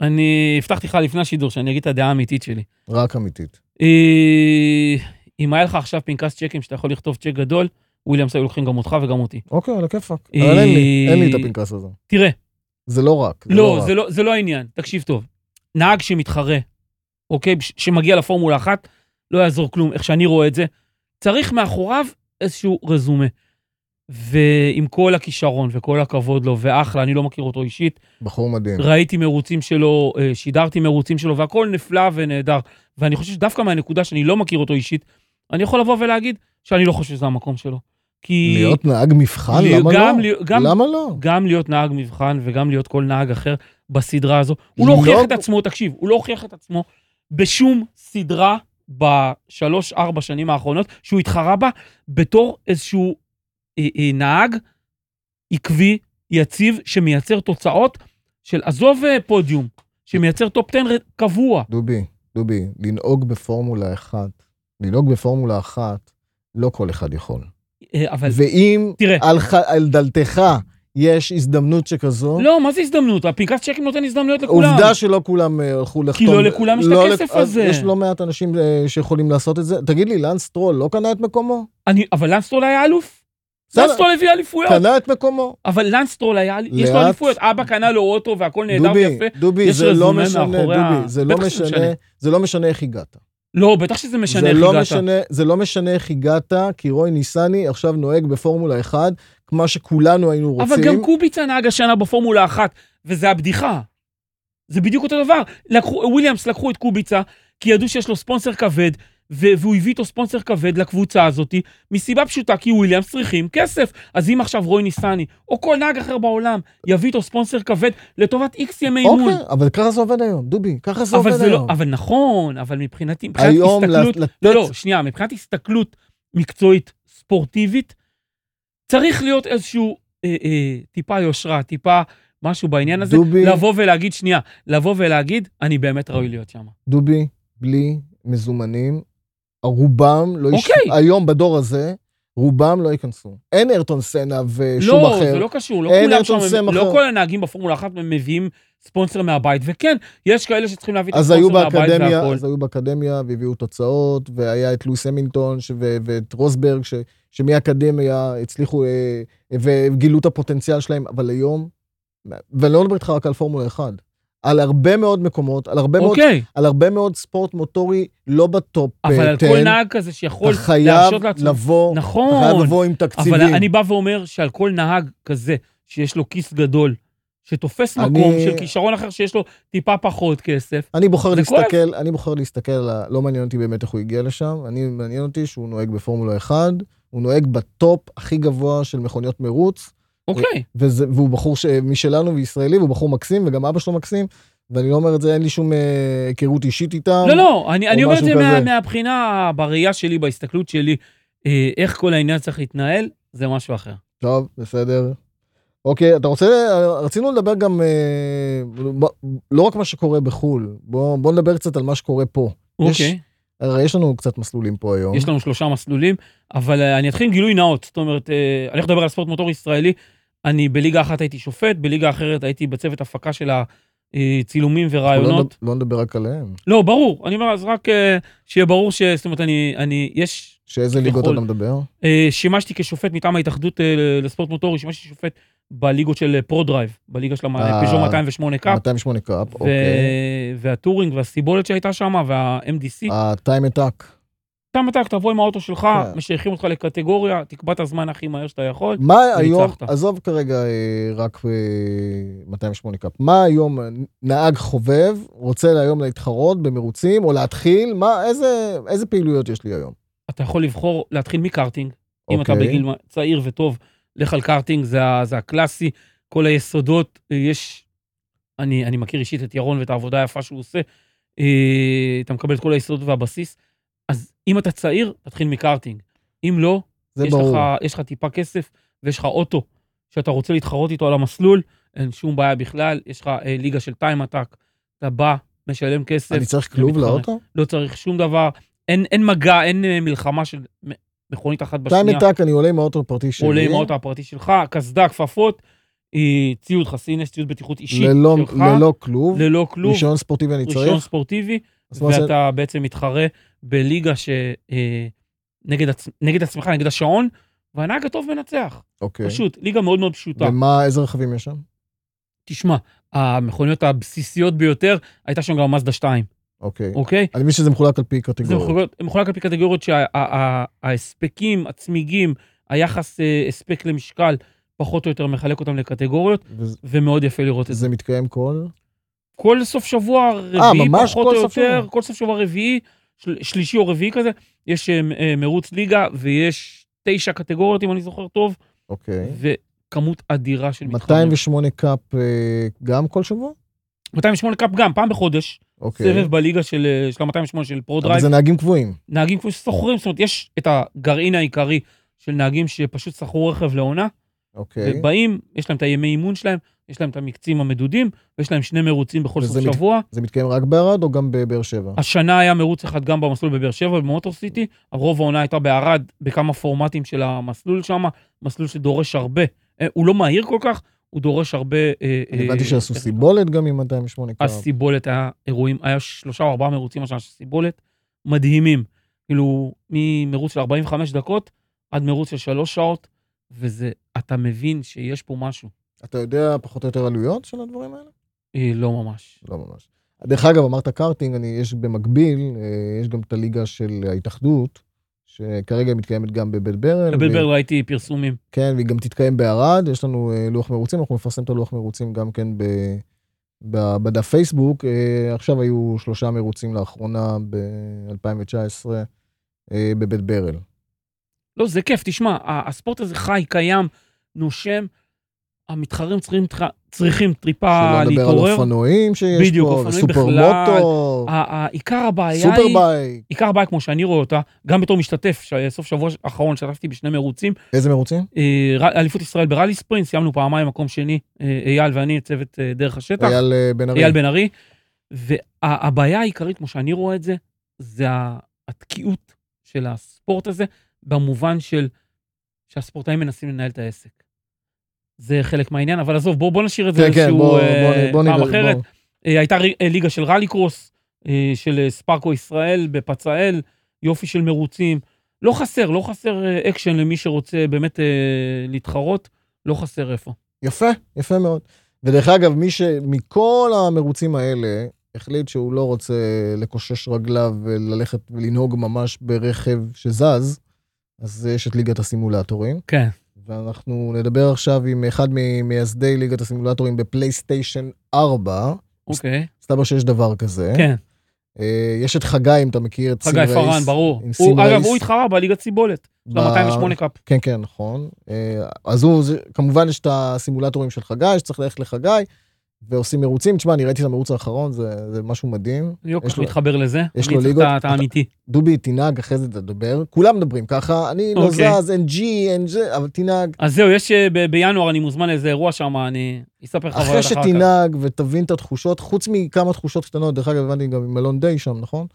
Speaker 2: אני הבטחתי לך לפני השידור שאני אגיד את הדעה האמיתית שלי.
Speaker 1: רק אמיתית.
Speaker 2: אה, אם היה לך עכשיו פנקס צ'קים שאתה יכול לכתוב צ'ק גדול, וויליאמס היו לוקחים גם אותך וגם אותי.
Speaker 1: אוקיי, על הכיפאק.
Speaker 2: אה,
Speaker 1: אבל אין לי, אין לי את הפנקס הזה.
Speaker 2: תראה,
Speaker 1: זה לא רק. זה
Speaker 2: לא,
Speaker 1: רק.
Speaker 2: זה לא, זה לא העניין, תקשיב טוב. נהג שמתחרה, אוקיי, ש- שמגיע לפורמולה אחת, לא יעזור כלום, איך שאני רואה את זה. צריך מאחוריו איזשהו רזומה. ועם כל הכישרון וכל הכבוד לו, ואחלה, אני לא מכיר אותו אישית,
Speaker 1: בחור מדהים.
Speaker 2: ראיתי מרוצים שלו, אה, שידרתי מרוצים שלו, והכל נפלא ונהדר. ואני חושב שדווקא מהנקודה שאני לא מכיר אותו אישית, אני יכול לבוא ולהגיד שאני לא חושב שזה המקום שלו. כי...
Speaker 1: להיות נהג מבחן?
Speaker 2: לי-
Speaker 1: למה
Speaker 2: גם,
Speaker 1: לא?
Speaker 2: לי- גם,
Speaker 1: למה לא?
Speaker 2: גם להיות נהג מבחן וגם להיות כל נהג אחר בסדרה הזו. הוא
Speaker 1: לא-
Speaker 2: לא הוכיח את עצמו, תקשיב, הוא לא הוכיח את עצמו בשום סדרה בשלוש-ארבע שנים האחרונות שהוא התחרה בה בתור איזשהו אה, אה, נהג עקבי, יציב, שמייצר תוצאות של עזוב אה, פודיום, שמייצר טופ 10 ר- קבוע.
Speaker 1: דובי, דובי, לנהוג בפורמולה אחת, לנהוג בפורמולה אחת, לא כל אחד יכול.
Speaker 2: אה, אבל
Speaker 1: ואם
Speaker 2: תראה,
Speaker 1: על ח- על דלתך יש הזדמנות שכזו,
Speaker 2: לא, מה זה הזדמנות? הפנקס צ'קים נותן הזדמנויות לכולם.
Speaker 1: עובדה שלא כולם אה, הלכו לחתום.
Speaker 2: לא לכולם יש את
Speaker 1: לא
Speaker 2: הכסף
Speaker 1: לכ-
Speaker 2: הזה.
Speaker 1: יש לא מעט אנשים אה, שיכולים לעשות את זה. תגיד לי, לאן סטרול לא קנה את מקומו?
Speaker 2: אני, אבל לנסטרול היה אלוף.
Speaker 1: בסדר.
Speaker 2: לנסטרול הביא אליפויות.
Speaker 1: קנה את מקומו.
Speaker 2: אבל לנסטרול היה, יש לו
Speaker 1: לאט.
Speaker 2: אליפויות, אבא קנה לו אוטו והכל נהדר
Speaker 1: דובי,
Speaker 2: ויפה.
Speaker 1: דובי,
Speaker 2: יש
Speaker 1: זה לא
Speaker 2: רזומה
Speaker 1: משנה,
Speaker 2: מאחורי ה-
Speaker 1: דובי, זה לא
Speaker 2: בטח שזה משנה.
Speaker 1: משנה, זה לא משנה איך הגעת.
Speaker 2: לא, בטח שזה משנה
Speaker 1: זה
Speaker 2: איך
Speaker 1: לא
Speaker 2: הגעת.
Speaker 1: משנה, זה לא משנה איך הגעת, כי רוי ניסני עכשיו נוהג בפורמולה 1, כמו שכולנו היינו רוצים.
Speaker 2: אבל גם קוביצה נהג השנה בפורמולה אחת, וזה הבדיחה. זה בדיוק אותו דבר. לקחו, וויליאמס לקחו את קוביצה, כי ידעו שיש לו ספונסר כבד, ו- והוא הביא איתו ספונסר כבד לקבוצה הזאת, מסיבה פשוטה, כי וויליאמס צריכים כסף. אז אם עכשיו רוי ניסני, או כל נהג אחר בעולם, יביא איתו ספונסר כבד לטובת איקס ימי אימון.
Speaker 1: אוקיי, אבל ככה זה עובד היום, דובי, ככה זה
Speaker 2: אבל
Speaker 1: עובד
Speaker 2: זה לא,
Speaker 1: היום.
Speaker 2: אבל נכון, אבל מבחינתי, מבחינת
Speaker 1: היום
Speaker 2: הסתכלות...
Speaker 1: לתת...
Speaker 2: לא, לא, שנייה, מבחינת הסתכלות מקצועית ספורטיבית, צריך להיות איזשהו אה, אה, טיפה יושרה, טיפה משהו בעניין הזה,
Speaker 1: דובי.
Speaker 2: לבוא ולהגיד, שנייה, לבוא ולהגיד, אני באמת ראוי להיות שם.
Speaker 1: דובי, בלי מזומנים, רובם לא... יש-
Speaker 2: אוקיי.
Speaker 1: היום, בדור הזה, רובם לא ייכנסו. אין ארטון סנה ושום
Speaker 2: לא,
Speaker 1: אה, אחר.
Speaker 2: זה לא קשור, לא
Speaker 1: אין
Speaker 2: כולם שם,
Speaker 1: ארטון סם
Speaker 2: לא
Speaker 1: אחר.
Speaker 2: כל הנהגים בפורמולה אחת מביאים ספונסר מהבית, וכן, יש כאלה שצריכים להביא את
Speaker 1: אז היו
Speaker 2: הספונסר מהבית
Speaker 1: באקדמיה,
Speaker 2: והכול.
Speaker 1: אז היו באקדמיה והביאו תוצאות, והיה את לואיס המילטון ש- ו- ואת רוסברג, ש- שמהאקדמיה הצליחו אה, וגילו את הפוטנציאל שלהם, אבל היום, ואני לא מדבר איתך רק על פורמולה 1, על הרבה מאוד מקומות, על הרבה, מאוד,
Speaker 2: אוקיי,
Speaker 1: על הרבה מאוד ספורט מוטורי לא בטופ
Speaker 2: אבל על
Speaker 1: אה,
Speaker 2: כל
Speaker 1: 10,
Speaker 2: נהג כזה שיכול
Speaker 1: אתה חייב
Speaker 2: להרשות לעצמו...
Speaker 1: לבוא, אתה חייב
Speaker 2: נכון,
Speaker 1: לבוא עם תקציבים.
Speaker 2: אבל אני בא ואומר שעל כל נהג כזה שיש לו כיס גדול, שתופס
Speaker 1: אני-
Speaker 2: מקום של כישרון אחר שיש לו טיפה פחות כסף,
Speaker 1: אני בוחר
Speaker 2: זה כואב.
Speaker 1: להסתכל, אני בוחר להסתכל, על ה- לא מעניין אותי באמת איך הוא הגיע לשם, אני, מעניין אותי שהוא נוהג בפורמולה 1, הוא נוהג בטופ הכי גבוה של מכוניות מרוץ,
Speaker 2: אוקיי.
Speaker 1: וזה, והוא בחור ש, משלנו וישראלי, והוא בחור מקסים, וגם אבא שלו מקסים, ואני לא אומר את זה, אין לי שום אה, היכרות אישית איתם.
Speaker 2: לא, לא, אני, אני אומר את
Speaker 1: אה, משהו
Speaker 2: זה מה,
Speaker 1: כזה. מהבחינה,
Speaker 2: מהבחינה, בראייה שלי, בהסתכלות שלי, אה, איך כל העניין צריך להתנהל, זה משהו אחר.
Speaker 1: טוב, בסדר. אוקיי, אתה רוצה, רצינו לדבר גם, אה, ב- לא רק מה שקורה בחו"ל, בוא, בוא נדבר קצת על מה שקורה פה. יש-
Speaker 2: אוקיי.
Speaker 1: הרי יש לנו קצת מסלולים פה היום.
Speaker 2: יש לנו שלושה מסלולים, אבל אה, אני אתחיל עם גילוי נאות. זאת אומרת, אה, אני הולך לדבר על ספורט מוטור ישראלי. אני בליגה אחת הייתי שופט, בליגה אחרת הייתי בצוות הפקה של הצילומים
Speaker 1: אנחנו לא,
Speaker 2: ורעיונות.
Speaker 1: נדבר- לא נדבר רק עליהם.
Speaker 2: לא, ברור. אני אומר, אז רק אה, שיהיה ברור ש... זאת אומרת, אני... אני יש...
Speaker 1: שאיזה ליגות
Speaker 2: יכול.
Speaker 1: אתה מדבר?
Speaker 2: אה, שימשתי כשופט מטעם ההתאחדות אה, לספורט מוטורי, שימשתי שופט בליגות של אה, פרו-דרייב, בליגה של
Speaker 1: אה,
Speaker 2: הפז'ו 208 קאפ,
Speaker 1: 208 קאפ,
Speaker 2: ו...
Speaker 1: אוקיי. אה.
Speaker 2: והטורינג והסיבולת שהייתה שם, וה-MDC.
Speaker 1: הטיים אטאק.
Speaker 2: אתה מתק, תבוא עם האוטו שלך,
Speaker 1: כן.
Speaker 2: משייכים אותך לקטגוריה, תקבע את הזמן הכי מהר שאתה יכול.
Speaker 1: מה היום,
Speaker 2: וניצחת.
Speaker 1: עזוב כרגע אה, רק אה, 208 קאפ, מה היום אה, נהג חובב רוצה היום להתחרות במרוצים או להתחיל, מה, איזה, איזה פעילויות יש לי היום?
Speaker 2: אתה יכול לבחור להתחיל מקארטינג, אם אתה
Speaker 1: אוקיי.
Speaker 2: בגיל צעיר וטוב, לך על קארטינג, זה, ה- זה הקלאסי, כל היסודות, אה, יש... אני, אני מכיר אישית את ירון ואת העבודה היפה שהוא עושה, אה, אתה מקבל את כל היסודות והבסיס, אז אם אתה צעיר, תתחיל מקארטינג. אם לא,
Speaker 1: זה
Speaker 2: יש
Speaker 1: ברור.
Speaker 2: לך, יש לך טיפה כסף ויש לך אוטו שאתה רוצה להתחרות איתו על המסלול, אין שום בעיה בכלל, יש לך אה, ליגה של טיים עתק, אתה בא, משלם כסף.
Speaker 1: אני צריך כלוב
Speaker 2: ומתחרה.
Speaker 1: לאוטו?
Speaker 2: לא צריך שום דבר, אין, אין מגע, אין אה, מלחמה של מ- מכונית אחת
Speaker 1: טיים
Speaker 2: בשנייה.
Speaker 1: אטאק, אני עולה עם האוטו הפרטי שלי.
Speaker 2: עולה עם האוטו הפרטי שלך, קסדה, כפפות, אה, ציוד חסינס, ציוד בטיחות אישית
Speaker 1: ללא-
Speaker 2: שלך,
Speaker 1: ללא כלוב.
Speaker 2: ללא כלוב,
Speaker 1: רישיון ספורטיבי אני
Speaker 2: רישיון
Speaker 1: צריך?
Speaker 2: ספורטיבי,
Speaker 1: אז מה זה-
Speaker 2: ואתה בעצם מתחרה בליגה ש... אה, נגד, עצ... נגד עצמך, נגד השעון, והנהג הטוב מנצח.
Speaker 1: אוקיי.
Speaker 2: פשוט, ליגה מאוד מאוד פשוטה.
Speaker 1: ומה, איזה רכבים יש שם?
Speaker 2: תשמע, המכוניות הבסיסיות ביותר, הייתה שם גם מזדה 2,
Speaker 1: אוקיי.
Speaker 2: אוקיי?
Speaker 1: אני מבין שזה מחולק על פי
Speaker 2: זה
Speaker 1: קטגוריות.
Speaker 2: מחולק- מחולק על פי קטגוריות שההספקים, הצמיגים, היחס אה, הספק למשקל, פחות או יותר מחלק אותם לקטגוריות,
Speaker 1: וזה-
Speaker 2: ומאוד יפה לראות את זה.
Speaker 1: זה מתקיים כל?
Speaker 2: כל סוף שבוע רביעי,
Speaker 1: אה, ממש
Speaker 2: פחות
Speaker 1: כל
Speaker 2: או
Speaker 1: סוף
Speaker 2: יותר,
Speaker 1: שבוע?
Speaker 2: כל סוף שבוע רביעי, של- שלישי או רביעי כזה, יש אה, מ- אה, מרוץ ליגה, ויש תשע קטגוריות, אם אני זוכר טוב,
Speaker 1: אוקיי.
Speaker 2: וכמות אדירה של מתחרים.
Speaker 1: 208 קאפ אה, גם כל שבוע?
Speaker 2: 208 קאפ גם, פעם בחודש,
Speaker 1: אוקיי.
Speaker 2: סבב בליגה של אה, של ה-208 של
Speaker 1: אבל
Speaker 2: פרו-דרייב.
Speaker 1: זה נהגים קבועים.
Speaker 2: נהגים כמו ששוכרים, זאת אומרת, יש את הגרעין העיקרי של נהגים שפשוט שכרו רכב לעונה,
Speaker 1: אוקיי.
Speaker 2: ובאים, יש להם את הימי אימון שלהם, יש להם את המקצים המדודים, ויש להם שני מרוצים בכל
Speaker 1: וזה
Speaker 2: סוף
Speaker 1: מת-
Speaker 2: שבוע.
Speaker 1: זה מתקיים רק בערד או גם בבאר שבע?
Speaker 2: השנה היה מרוץ אחד גם במסלול בבאר שבע, במוטור סיטי, אבל רוב העונה הייתה בערד, בכמה פורמטים של המסלול שם, מסלול שדורש הרבה. אה, הוא לא מהיר כל כך, הוא דורש הרבה... אה,
Speaker 1: אני
Speaker 2: אה,
Speaker 1: הבנתי שעשו
Speaker 2: טכניקה.
Speaker 1: סיבולת גם עם 208 קאפ.
Speaker 2: הסיבולת היה אירועים, היה שלושה או ארבעה מרוצים השנה של סיבולת, מדהימים. כאילו, ממרוץ של 45 דקות עד מרוץ של שלוש שעות, וזה, אתה מבין שיש פה משהו.
Speaker 1: אתה יודע פחות או יותר עלויות של הדברים האלה?
Speaker 2: אה, לא ממש.
Speaker 1: לא ממש. דרך אגב, אמרת קארטינג, אני, יש במקביל, אה, יש גם את הליגה של ההתאחדות, שכרגע היא מתקיימת גם בבית ברל.
Speaker 2: בבית
Speaker 1: ו-
Speaker 2: ברל ראיתי פרסומים.
Speaker 1: כן, והיא גם תתקיים בערד, יש לנו אה, לוח מרוצים, אנחנו נפרסם את הלוח מרוצים גם כן ב, ב, בדף פייסבוק. אה, עכשיו היו שלושה מרוצים לאחרונה ב-2019 אה, בבית ברל.
Speaker 2: לא, זה כיף, תשמע, ה- הספורט הזה חי, קיים, נושם, המתחרים צריכים, צריכים
Speaker 1: שלא
Speaker 2: טריפה
Speaker 1: נדבר על
Speaker 2: אה, להתעורר.
Speaker 1: אופנועים שיש
Speaker 2: בדיוק,
Speaker 1: פה,
Speaker 2: אופנועים
Speaker 1: וסופר
Speaker 2: בכלל,
Speaker 1: מוטו,
Speaker 2: ה- ה- עיקר הבעיה
Speaker 1: סופר
Speaker 2: היא...
Speaker 1: בייק.
Speaker 2: עיקר הבעיה, כמו שאני רואה אותה, גם בתור משתתף, ש- סוף שבוע האחרון השתתפתי בשני מרוצים,
Speaker 1: איזה מרוצים?
Speaker 2: אה, ר- אליפות ישראל בראלי ספרינט, סיימנו פעמיים מקום שני, אה, אייל ואני, צוות אה, דרך השטח,
Speaker 1: אייל אה, בן ארי.
Speaker 2: אייל בן ארי. והבעיה העיקרית, כמו שאני רואה את זה, זה ה- התקיעות של הספורט הזה, במובן של שהספורטאים מנסים לנהל את העסק. זה חלק מהעניין, אבל עזוב, בואו בוא נשאיר את זה
Speaker 1: כן, כן,
Speaker 2: איזשהו
Speaker 1: בוא,
Speaker 2: אה,
Speaker 1: בוא, בוא
Speaker 2: פעם
Speaker 1: נראה.
Speaker 2: אחרת.
Speaker 1: בוא.
Speaker 2: אה, הייתה רי- אה, ליגה של רלי קרוס, אה, של אה, ספארקו ישראל בפצאל, יופי של מרוצים. לא חסר, לא חסר אה, אקשן למי שרוצה באמת אה, להתחרות, לא חסר איפה.
Speaker 1: יפה, יפה מאוד. ודרך אגב, מי שמכל המרוצים האלה החליט שהוא לא רוצה לקושש רגליו וללכת ולנהוג ממש ברכב שזז, אז יש את ליגת הסימולטורים.
Speaker 2: כן.
Speaker 1: ואנחנו נדבר עכשיו עם אחד ממייסדי ליגת הסימולטורים בפלייסטיישן 4.
Speaker 2: אוקיי.
Speaker 1: מסתבר שיש דבר כזה.
Speaker 2: כן,
Speaker 1: אה, יש את חגי, אם אתה מכיר את
Speaker 2: חגי
Speaker 1: סים
Speaker 2: פארן,
Speaker 1: רייס.
Speaker 2: ברור. לא,
Speaker 1: עם סים
Speaker 2: הוא, אגב,
Speaker 1: רייס.
Speaker 2: הוא התחרה בליגת סיבולת,
Speaker 1: ב-
Speaker 2: ב-208 קאפ.
Speaker 1: כן, כן, נכון. אה, אז הוא, זה- כמובן יש את הסימולטורים של חגי, שצריך ללכת לחגי. ועושים מרוצים. תשמע, אני ראיתי את המרוץ האחרון, זה, זה משהו מדהים.
Speaker 2: אני לא כל
Speaker 1: יש
Speaker 2: כך
Speaker 1: לו-
Speaker 2: מתחבר לזה.
Speaker 1: יש
Speaker 2: אני
Speaker 1: לו
Speaker 2: צריך
Speaker 1: ליגות?
Speaker 2: את ה- את האמיתי.
Speaker 1: דובי, תנהג, אחרי זה תדבר. כולם מדברים ככה, אני לא
Speaker 2: אוקיי.
Speaker 1: זז, אין ג'י, אין זה, אבל תנהג.
Speaker 2: אז זהו, יש אה, ב- בינואר, אני מוזמן לאיזה אירוע שם, אני אספר לך
Speaker 1: אחרי שתנהג ותבין את התחושות, חוץ מכמה תחושות קטנות, דרך אגב, הבנתי גם עם אלון דיי שם, נכון?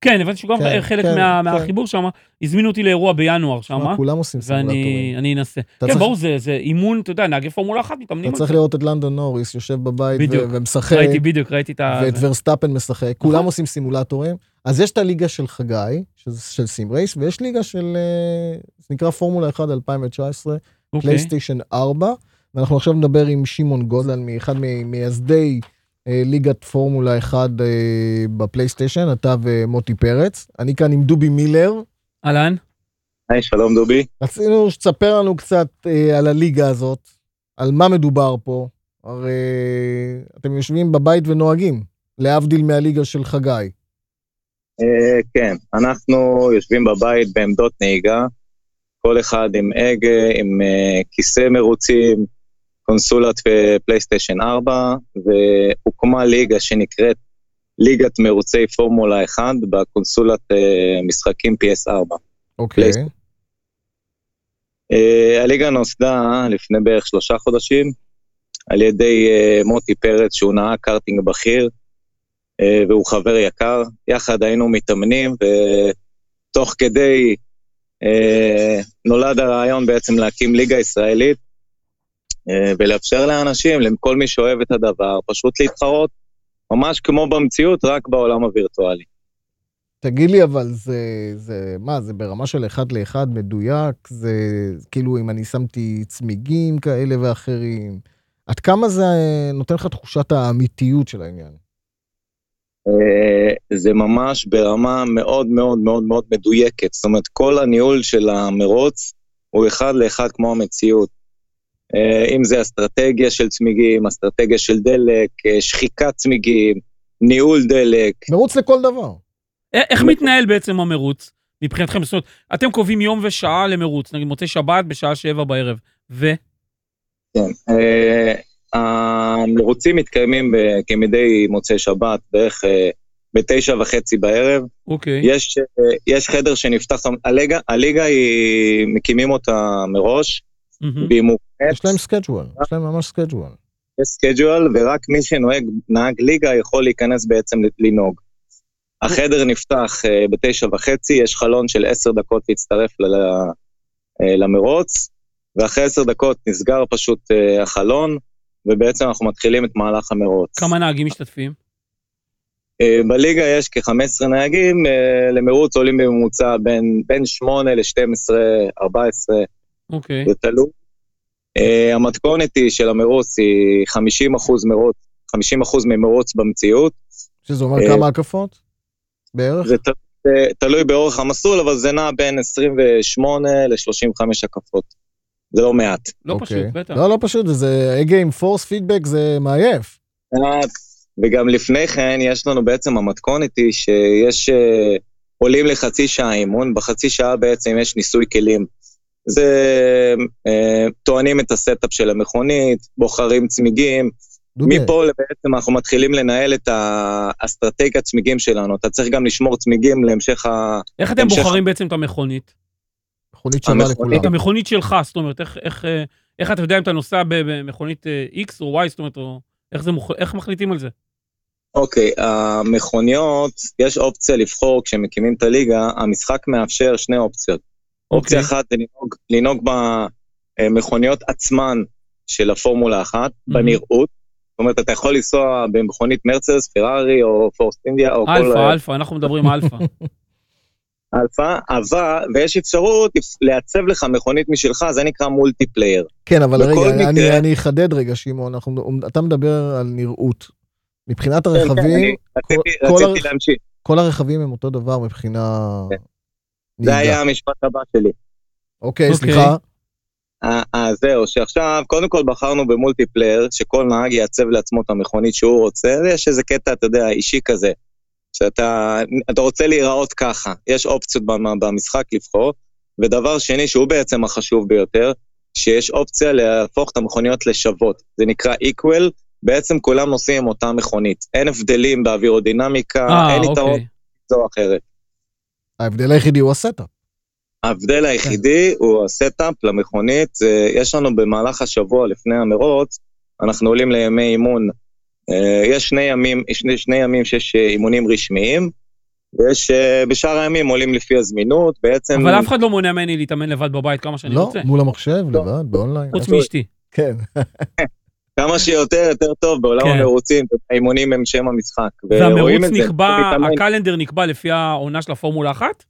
Speaker 2: כן, הבנתי שגם
Speaker 1: כן,
Speaker 2: חלק
Speaker 1: כן,
Speaker 2: מה-
Speaker 1: כן.
Speaker 2: מהחיבור שם, הזמינו אותי לאירוע בינואר שם,
Speaker 1: מה, כולם עושים סימולטורים.
Speaker 2: ואני אני אנסה.
Speaker 1: אתה
Speaker 2: כן,
Speaker 1: צריך-
Speaker 2: ברור, זה זה אימון, אתה יודע, נהגי פורמולה אחת מתאמנים
Speaker 1: אתה
Speaker 2: על זה.
Speaker 1: צריך לראות את לנדון נוריס יושב בבית
Speaker 2: בדיוק.
Speaker 1: ו- ומשחק,
Speaker 2: ראיתי בדיוק, ראיתי את ה...
Speaker 1: ואת
Speaker 2: זה.
Speaker 1: ורסטאפן משחק, כולם עושים סימולטורים. אז יש את הליגה של חגי, שזה- של סים רייס, ויש ליגה של, אה, זה נקרא פורמולה 1 2019,
Speaker 2: אוקיי.
Speaker 1: פלייסטיישן 4, ואנחנו עכשיו נדבר עם שמעון גוזלן, מאחד ממייסדי אה, ליגת פורמולה 1 אה, בפלייסטיישן, אתה ומוטי פרץ. אני כאן עם דובי מילר.
Speaker 2: אהלן?
Speaker 4: היי, שלום דובי.
Speaker 1: רצינו שתספר לנו קצת אה, על הליגה הזאת, על מה מדובר פה. הרי אה, אתם יושבים בבית ונוהגים, להבדיל מהליגה של חגי.
Speaker 4: אה, כן, אנחנו יושבים בבית בעמדות נהיגה, כל אחד עם הגה, עם אה, כיסא מרוצים, קונסולת ופלייסטיישן 4, והוקמה ליגה שנקראת ליגת מרוצי פורמולה 1 בקונסולת אה, משחקים PS4.
Speaker 1: אוקיי.
Speaker 4: פלייסט- אה, הליגה נוסדה לפני בערך שלושה חודשים על ידי אה, מוטי פרץ, שהוא נהג קארטינג בכיר, אה, והוא חבר יקר. יחד היינו מתאמנים, ותוך כדי אה, נולד הרעיון בעצם להקים ליגה ישראלית, אה, ולאפשר לאנשים, לכל מי שאוהב את הדבר, פשוט להתחרות, ממש כמו במציאות, רק בעולם הווירטואלי.
Speaker 1: תגיד לי, אבל זה, זה, מה, זה ברמה של אחד לאחד מדויק? זה כאילו אם אני שמתי צמיגים כאלה ואחרים, עד כמה זה אה, נותן לך תחושת האמיתיות של העניין?
Speaker 4: אה, זה ממש ברמה מאוד מאוד מאוד מאוד מדויקת. זאת אומרת, כל הניהול של המרוץ הוא אחד לאחד כמו המציאות. אה, אם זה אסטרטגיה של צמיגים, אסטרטגיה של דלק, אה, שחיקת צמיגים, ניהול דלק.
Speaker 1: מרוץ לכל דבר.
Speaker 2: א- איך מתנהל בעצם המרוץ מבחינתכם? זאת אומרת, אתם קובעים יום ושעה למרוץ, נגיד מוצאי שבת בשעה שבע בערב, ו...
Speaker 4: כן. אה, המרוצים מתקיימים ב- כמדי מוצאי שבת, בערך אה, בתשע וחצי בערב.
Speaker 2: אוקיי.
Speaker 4: יש, אה, יש חדר שנפתח, זאת אומרת, הליגה, הליגה היא, מקימים אותה מראש,
Speaker 2: מהמם.
Speaker 4: והיא מוקמת.
Speaker 1: יש להם סקייג'ואל, יש להם ממש סקייג'ואל.
Speaker 4: יש סקייג'ואל, ורק מי שנוהג, נהג ליגה, יכול להיכנס בעצם לנהוג. החדר נפתח אה, בתשע וחצי, יש חלון של עשר דקות להצטרף ל- ל- אה, למרוץ, ואחרי עשר דקות נסגר פשוט אה, החלון, ובעצם אנחנו מתחילים את מהלך המרוץ.
Speaker 2: כמה נהגים משתתפים?
Speaker 4: אה, בליגה יש כ-15 נהגים, אה, למרוץ עולים בממוצע בין, בין 8 ל-12, 14,
Speaker 2: אוקיי.
Speaker 4: זה תלוי. Uh, המתכונת היא של המרוץ היא 50 אחוז מרוץ, 50 אחוז ממרוץ במציאות.
Speaker 1: שזה אומר
Speaker 4: אה,
Speaker 1: כמה הקפות? בערך?
Speaker 4: זה ת, זה תלוי באורך המסלול, אבל זה נע בין 28 ל-35 הקפות. זה לא מעט.
Speaker 2: לא
Speaker 1: אוקיי.
Speaker 2: פשוט, בטח.
Speaker 1: לא, לא פשוט, וזה הגה עם פורס פידבק, זה מעייף.
Speaker 4: מעט. וגם לפני כן, יש לנו בעצם, המתכונת היא שיש... אה, עולים לחצי שעה אימון, בחצי שעה בעצם יש ניסוי כלים. זה, אה, טוענים את הסטאפ של המכונית, בוחרים צמיגים,
Speaker 1: דובי,
Speaker 4: מפה בעצם אנחנו מתחילים לנהל את האסטרטגיית צמיגים שלנו. אתה צריך גם לשמור צמיגים להמשך ה...
Speaker 2: איך אתם
Speaker 4: המשך.
Speaker 2: בוחרים בעצם את המכונית?
Speaker 1: מכונית שווה
Speaker 4: המכונית
Speaker 1: לכולם.
Speaker 2: את המכונית שלך, זאת אומרת, איך- איך אה, איך אתה יודע אם אתה נוסע ב- במכונית אה, X או Y, זאת אומרת, או- איך זה מוכ- איך מחליטים על זה?
Speaker 4: אוקיי, המכוניות, יש אופציה לבחור כשמקימים את הליגה, המשחק מאפשר שני אופציות.
Speaker 2: אוקיי.
Speaker 4: אופציה אחת זה לנהוג, לנהוג במכוניות עצמן של הפורמולה אחת, בנראות. זאת אומרת, אתה יכול לנסוע במכונית מרצדס, פרארי או פורסט אינדיה או כל...
Speaker 2: אלפא, אלפא, אנחנו מדברים אלפא.
Speaker 4: אלפא. אבל, ויש אפשרות לעצב לך מכונית משלך, זה נקרא מולטיפלייר.
Speaker 1: כן, אבל
Speaker 4: בכל
Speaker 1: רגע, אני-
Speaker 4: מקרה-
Speaker 1: אני אחדד רגע, שמעון, אנחנו- אתה מדבר על נראות. מבחינת
Speaker 4: כן, כן,
Speaker 1: הרכבים,
Speaker 4: אני רציתי-
Speaker 1: כל- כל
Speaker 4: רציתי
Speaker 1: הר-
Speaker 4: להמשיך.
Speaker 1: כל הרכבים הם אותו דבר מבחינה...
Speaker 4: כן. זה
Speaker 1: נהיגה.
Speaker 4: היה המשפט הבא שלי.
Speaker 1: אוקיי,
Speaker 2: אוקיי.
Speaker 1: סליחה.
Speaker 4: אה, אה, זהו, שעכשיו, קודם כל בחרנו במולטיפלייר, שכל נהג יעצב לעצמו את המכונית שהוא רוצה, יש איזה קטע, אתה יודע, אישי כזה, שאתה אתה רוצה להיראות ככה, יש אופציות במ- במשחק לבחור, ודבר שני, שהוא בעצם החשוב ביותר, שיש אופציה להפוך את המכוניות לשוות, זה נקרא equal בעצם כולם נוסעים עם אותה מכונית. אין הבדלים באווירודינמיקה,
Speaker 2: אה,
Speaker 4: אין יתרון
Speaker 2: אוקיי.
Speaker 4: כזו או אחרת.
Speaker 1: ההבדל היחידי הוא הסטאפ.
Speaker 2: כן.
Speaker 4: ההבדל היחידי הוא הסטאפ למכונית. זה- יש לנו במהלך השבוע לפני המרוץ, אנחנו עולים לימי אימון. אה, יש שני ימים, שני, שני ימים שיש אה, אימונים רשמיים, ויש, אה, בשאר הימים עולים לפי הזמינות, בעצם...
Speaker 2: אבל אף אחד לא מונע ממני להתאמן לבד בבית כמה שאני
Speaker 1: לא,
Speaker 2: רוצה.
Speaker 1: מול המחשב, לבד, באונליין.
Speaker 4: אוקיי.
Speaker 2: חוץ
Speaker 1: איפה-
Speaker 2: מאשתי.
Speaker 1: כן.
Speaker 4: כמה שיותר, יותר טוב, בעולם
Speaker 2: כן.
Speaker 4: המרוצים, האימונים הם שם המשחק. ורואים
Speaker 2: והמרוץ
Speaker 4: את זה,
Speaker 2: נקבע,
Speaker 4: מתאמן.
Speaker 2: הקלנדר נקבע לפי העונה של הפורמולה אחת?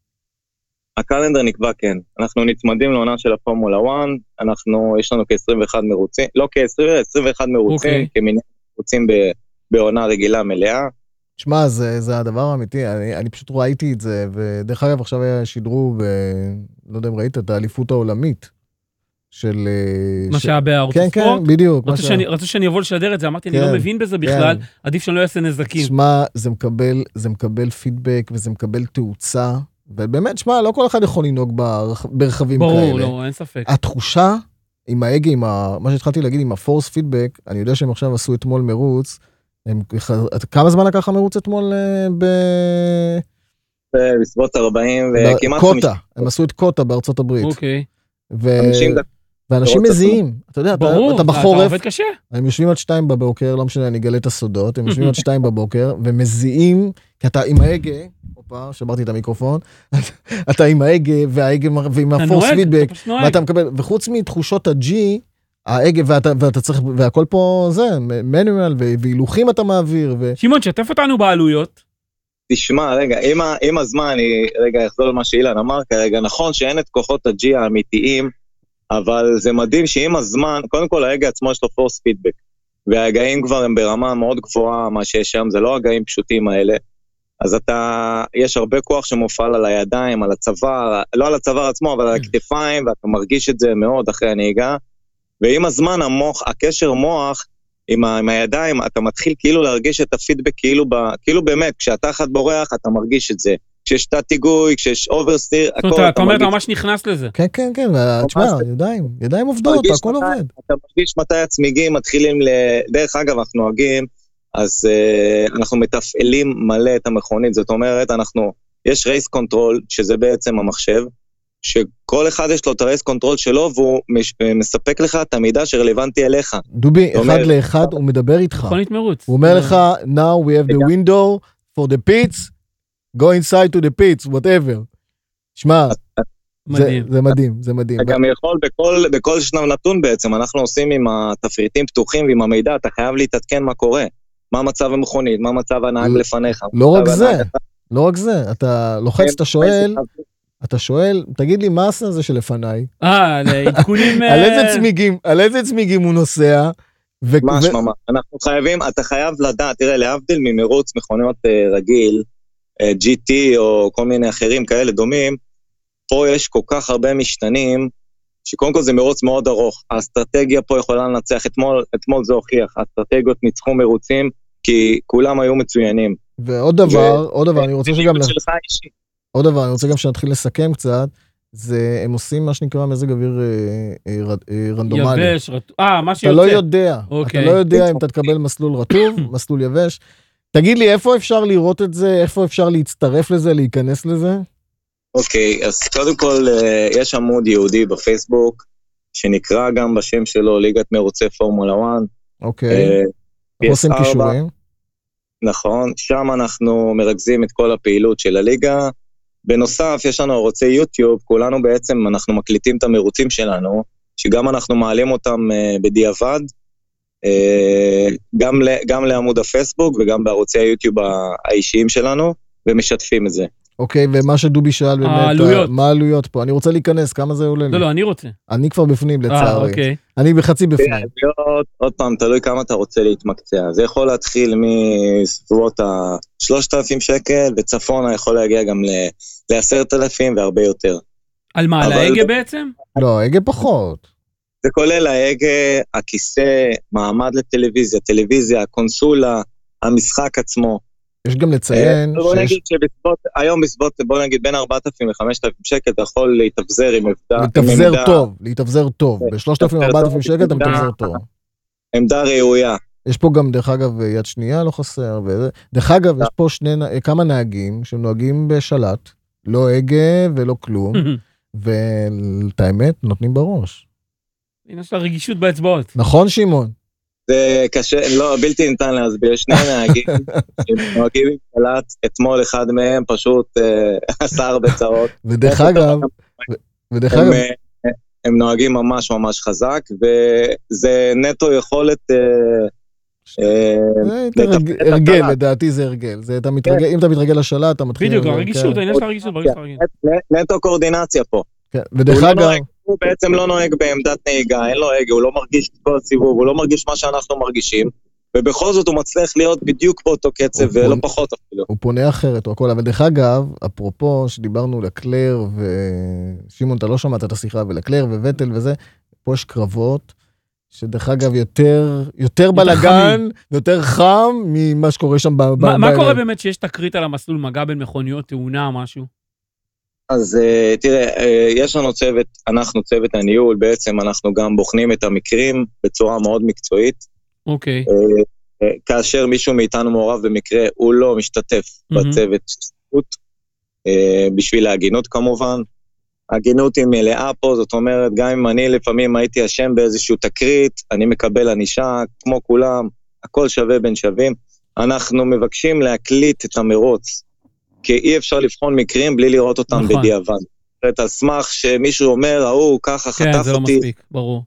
Speaker 4: הקלנדר נקבע כן. אנחנו נצמדים לעונה של הפורמולה 1, אנחנו, יש לנו כ-21 מרוצים, לא כ-20, 21 מרוצים,
Speaker 2: אוקיי.
Speaker 4: okay. כמיני מרוצים ב, בעונה רגילה מלאה.
Speaker 1: שמע, זה, זה הדבר האמיתי, אני, אני פשוט ראיתי את זה, ודרך אגב, עכשיו היה שידרו, ב, לא יודע אם ראית, את האליפות העולמית של... אה,
Speaker 2: מה
Speaker 1: ש-
Speaker 2: שהיה בערוץ
Speaker 1: כן, כן,
Speaker 2: הספורט?
Speaker 1: בדיוק. מה
Speaker 2: רצו
Speaker 1: שה-
Speaker 2: שאני- רצו שאני אבוא לשדר את זה, אמרתי, אני
Speaker 1: כן,
Speaker 2: לא מבין בזה בכלל, עדיף שאני לא אעשה נזקים.
Speaker 1: שמע, זה מקבל, זה מקבל פידבק וזה מקבל תאוצה, ובאמת, שמע, לא כל אחד יכול לנהוג ברכ- ברכבים כאלה.
Speaker 2: ברור, לא, אין ספק.
Speaker 1: התחושה עם ההגה, עם ה... מה שהתחלתי להגיד, עם הפורס פידבק, אני יודע שהם עכשיו עשו אתמול מרוץ. הם... ח- כמה זמן לקח המרוץ אתמול אה, ב...
Speaker 4: זה בסביבות 40 וכמעט
Speaker 1: קוטה, הם עשו את קוטה בארצות הברית.
Speaker 2: אוקיי.
Speaker 1: ו...
Speaker 4: 50 דקות.
Speaker 1: ואנשים
Speaker 4: לראות את
Speaker 1: מזיעים, אתה יודע, אתה-
Speaker 2: ברור,
Speaker 1: אתה
Speaker 2: אתה אתה
Speaker 1: בחורף,
Speaker 2: עובד קשה.
Speaker 1: הם יושבים עד שתיים בבוקר, לא משנה, אני אגלה את הסודות, הם יושבים עד שתיים בבוקר ומזיעים, כי אתה עם ההגה, הופה, שברתי את המיקרופון, אתה עם ההגה וההגה מר- ועם
Speaker 2: אתה
Speaker 1: הפורס
Speaker 2: נוהג,
Speaker 1: פידבק,
Speaker 2: אתה פשוט נוהג.
Speaker 1: ואתה מקבל, וחוץ מתחושות הג'י, ההגה ואתה, ואתה צריך, והכל פה זה, מנואל והילוכים אתה מעביר, ו...
Speaker 2: שמעון, שתף אותנו בעלויות.
Speaker 4: תשמע, רגע, עם, ה, עם הזמן, אני רגע אחזור למה שאילן אמר כרגע, נכון שאין את כוחות הג'י האמיתיים, אבל זה מדהים שעם הזמן, קודם כל ההגה עצמו יש לו פורס פידבק, וההגאים כבר הם ברמה מאוד גבוהה, מה שיש היום, זה לא הגאים פשוטים האלה. אז אתה, יש הרבה כוח שמופעל על הידיים, על הצוואר, לא על הצוואר עצמו, אבל על
Speaker 2: כן.
Speaker 4: הכתפיים, ואתה מרגיש את זה מאוד אחרי הנהיגה. ועם הזמן המוח, הקשר מוח עם, ה, עם הידיים, אתה מתחיל כאילו להרגיש את הפידבק כאילו, ב, כאילו באמת, כשהתחת בורח, אתה מרגיש את זה. כשיש תת היגוי, כשיש אוברסטיר,
Speaker 2: זאת
Speaker 4: הכל
Speaker 2: אומרת, אתה אומר, אתה
Speaker 4: מרגיש,
Speaker 2: ממש נכנס לזה.
Speaker 1: כן, כן, כן, וה- תשמע, ידיים, ידיים עובדות,
Speaker 4: מרגיש
Speaker 1: הכל
Speaker 4: מתי-
Speaker 1: עובד.
Speaker 4: אתה מרגיש מתי הצמיגים מתחילים ל... דרך אגב, אנחנו נוהגים, אז uh, אנחנו מתפעלים מלא את המכונית, זאת אומרת, אנחנו, יש רייס קונטרול, שזה בעצם המחשב, שכל אחד יש לו את הרייס קונטרול שלו, והוא מש, מספק לך את המידע שרלוונטי אליך.
Speaker 1: דובי,
Speaker 4: אומר-
Speaker 1: אחד לאחד, הוא מדבר איתך.
Speaker 2: מכונית מרוץ.
Speaker 1: הוא אומר לך, now we have the window for the pits, go inside to the pits, whatever. שמע, זה-
Speaker 2: מדהים.
Speaker 1: זה מדהים, זה מדהים.
Speaker 4: אתה גם יכול בכל, בכל שלב נתון בעצם, אנחנו עושים עם התפריטים פתוחים ועם המידע, אתה חייב להתעדכן מה קורה. מה מצב המכונית, מה מצב הנהג
Speaker 1: לא-
Speaker 4: לפניך.
Speaker 1: לא רק
Speaker 4: מצב
Speaker 1: זה,
Speaker 4: הנהג-
Speaker 1: לא רק זה, אתה לוחץ, אתה שואל,
Speaker 4: כן.
Speaker 1: אתה שואל, תגיד לי, מה עשה זה שלפניי?
Speaker 2: אה, לעדכונים...
Speaker 1: על
Speaker 2: אה,
Speaker 1: איזה צמיגים, על איזה צמיגים הוא נוסע? ו-
Speaker 4: ממש
Speaker 1: ו-
Speaker 4: ממש. אנחנו חייבים, אתה חייב לדעת, תראה, להבדיל ממרוץ מכוניות אה, רגיל, אה, GT או כל מיני אחרים כאלה דומים, פה יש כל כך הרבה משתנים, שקודם כל זה מרוץ מאוד ארוך. האסטרטגיה פה יכולה לנצח. אתמול, אתמול זה הוכיח, האסטרטגיות ניצחו מרוצים, כי כולם היו מצוינים.
Speaker 1: ועוד דבר,
Speaker 2: כן.
Speaker 1: עוד דבר, אני רוצה שגם,
Speaker 4: המדיניות שלך אישית.
Speaker 1: עוד דבר, אני רוצה גם שנתחיל לסכם קצת, זה, הם עושים מה שנקרא מזג אוויר אה, אה, ר- אה, רנדומלי.
Speaker 2: יבש, רטוב. אה, מה
Speaker 1: אתה לא
Speaker 2: שיוצא.
Speaker 1: יודע, אתה
Speaker 2: אוקיי.
Speaker 1: לא יודע אם אתה תקבל מסלול רטוב, מסלול יבש. תגיד לי, איפה אפשר לראות את זה? איפה אפשר להצטרף לזה, להיכנס לזה?
Speaker 4: אוקיי, אז קודם כל, אה, יש עמוד יהודי בפייסבוק, שנקרא גם בשם שלו ליגת מרוצי פורמולה 1. אה,
Speaker 1: אוקיי, אנחנו עושים כישורים.
Speaker 4: נכון, שם אנחנו מרכזים את כל הפעילות של הליגה. בנוסף, יש לנו ערוצי יוטיוב, כולנו בעצם, אנחנו מקליטים את המרוצים שלנו, שגם אנחנו מעלים אותם אה, בדיעבד, אה, גם, ל, גם לעמוד הפייסבוק וגם בערוצי היוטיוב ה- האישיים שלנו, ומשתפים את זה.
Speaker 1: אוקיי, ומה שדובי שאל באמת,
Speaker 2: העלויות.
Speaker 1: מה העלויות פה? אני רוצה להיכנס, כמה זה עולה לי?
Speaker 2: לא, לא, אני רוצה.
Speaker 1: אני כבר בפנים,
Speaker 2: אה,
Speaker 1: לצערי.
Speaker 2: אוקיי.
Speaker 1: אני בחצי
Speaker 4: אה,
Speaker 1: בפנים.
Speaker 4: העלויות, עוד פעם, תלוי כמה אתה רוצה להתמקצע. זה יכול להתחיל מסביבות ה-3,000 שקל, וצפונה יכול להגיע גם ל-10,000 והרבה יותר.
Speaker 2: על מה, על
Speaker 4: אבל-
Speaker 2: ההגה בעצם?
Speaker 1: לא, הגה פחות.
Speaker 4: זה כולל ההגה, הכיסא, מעמד לטלוויזיה, טלוויזיה, הקונסולה, המשחק עצמו.
Speaker 1: יש גם לציין
Speaker 4: אה, בוא
Speaker 1: שיש...
Speaker 4: נגיד שבסביבות, היום בסביבות, בוא נגיד בין 4,000 ל-5,000 שקל, אתה יכול להתאבזר עם עמדה, עם
Speaker 1: להתאבזר
Speaker 4: עמדה-
Speaker 1: טוב, להתאבזר טוב.
Speaker 4: כן,
Speaker 1: ב-3,000-4,000 שקל אתה מתאבזר טוב.
Speaker 4: עמדה ראויה.
Speaker 1: יש פה גם, דרך אגב, יד שנייה לא חסר. וזה. דרך אגב,
Speaker 4: אה.
Speaker 1: יש פה שני, נ- אה, כמה נהגים שנוהגים בשלט, לא הגה ולא כלום, ואת האמת, נותנים בראש.
Speaker 2: הנה, יש לה רגישות באצבעות.
Speaker 1: נכון, שמעון?
Speaker 4: זה קשה, לא, בלתי ניתן להסביר. שני נהגים שנוהגים עם שלט, אתמול אחד מהם פשוט אה, עשה הרבה צרות.
Speaker 1: ודרך אגב, ו- ודרך
Speaker 4: הם,
Speaker 1: אגב,
Speaker 4: אה, הם נוהגים ממש ממש חזק, וזה נטו יכולת... אה, אה,
Speaker 1: זה יותר
Speaker 4: לטפל
Speaker 1: הרג- הרגל,
Speaker 4: בשלט.
Speaker 1: לדעתי זה הרגל. זה, אתה מתרגל,
Speaker 4: אה.
Speaker 1: אם אתה מתרגל לשלט, אתה מתחיל...
Speaker 2: בדיוק,
Speaker 1: כן,
Speaker 2: הרגישות, הנה, יש לה רגישות ברגע שאתה רגיל.
Speaker 4: נ- נטו קואורדינציה פה.
Speaker 1: כן. ודרך
Speaker 4: הוא לא
Speaker 1: אגב,
Speaker 4: נוהג. הוא בעצם לא נוהג בעמדת נהיגה, אין לו הגה, הוא לא מרגיש את כל הסיבוב, הוא לא מרגיש מה שאנחנו מרגישים, ובכל זאת הוא מצליח להיות בדיוק באותו קצב,
Speaker 1: הוא-
Speaker 4: ולא
Speaker 1: הוא-
Speaker 4: פחות אפילו.
Speaker 1: הוא פונה אחרת או הכל, אבל דרך אגב, אפרופו שדיברנו לקלר ושמעון, אתה לא שמעת את השיחה, ולקלר וווטל וזה, פה יש קרבות, שדרך אגב יותר, יותר בלאגן,
Speaker 2: חמים.
Speaker 1: יותר חם ממה שקורה שם. ב- אה, ב-
Speaker 2: מה- מה
Speaker 1: בערב.
Speaker 2: קורה באמת שיש תקרית על המסלול, מגע בין מכוניות, תאונה, משהו?
Speaker 4: אז אה, תראה, אה, יש לנו צוות, אנחנו צוות הניהול, בעצם אנחנו גם בוחנים את המקרים בצורה מאוד מקצועית.
Speaker 2: אוקיי.
Speaker 4: אה, אה, כאשר מישהו מאיתנו מעורב במקרה, הוא לא משתתף
Speaker 2: מהמם.
Speaker 4: בצוות שותפות, אה, בשביל ההגינות כמובן. הגינות היא מלאה פה, זאת אומרת, גם אם אני לפעמים הייתי אשם באיזושהי תקרית, אני מקבל ענישה, כמו כולם, הכל שווה בין שווים. אנחנו מבקשים להקליט את המרוץ, כי אי אפשר לבחון מקרים בלי לראות אותם
Speaker 2: נכון.
Speaker 4: בדיעבד. זאת אומרת, על סמך שמישהו אומר, ההוא ככה
Speaker 2: כן,
Speaker 4: חטף
Speaker 2: זה לא
Speaker 4: אותי,
Speaker 2: מספיק, ברור.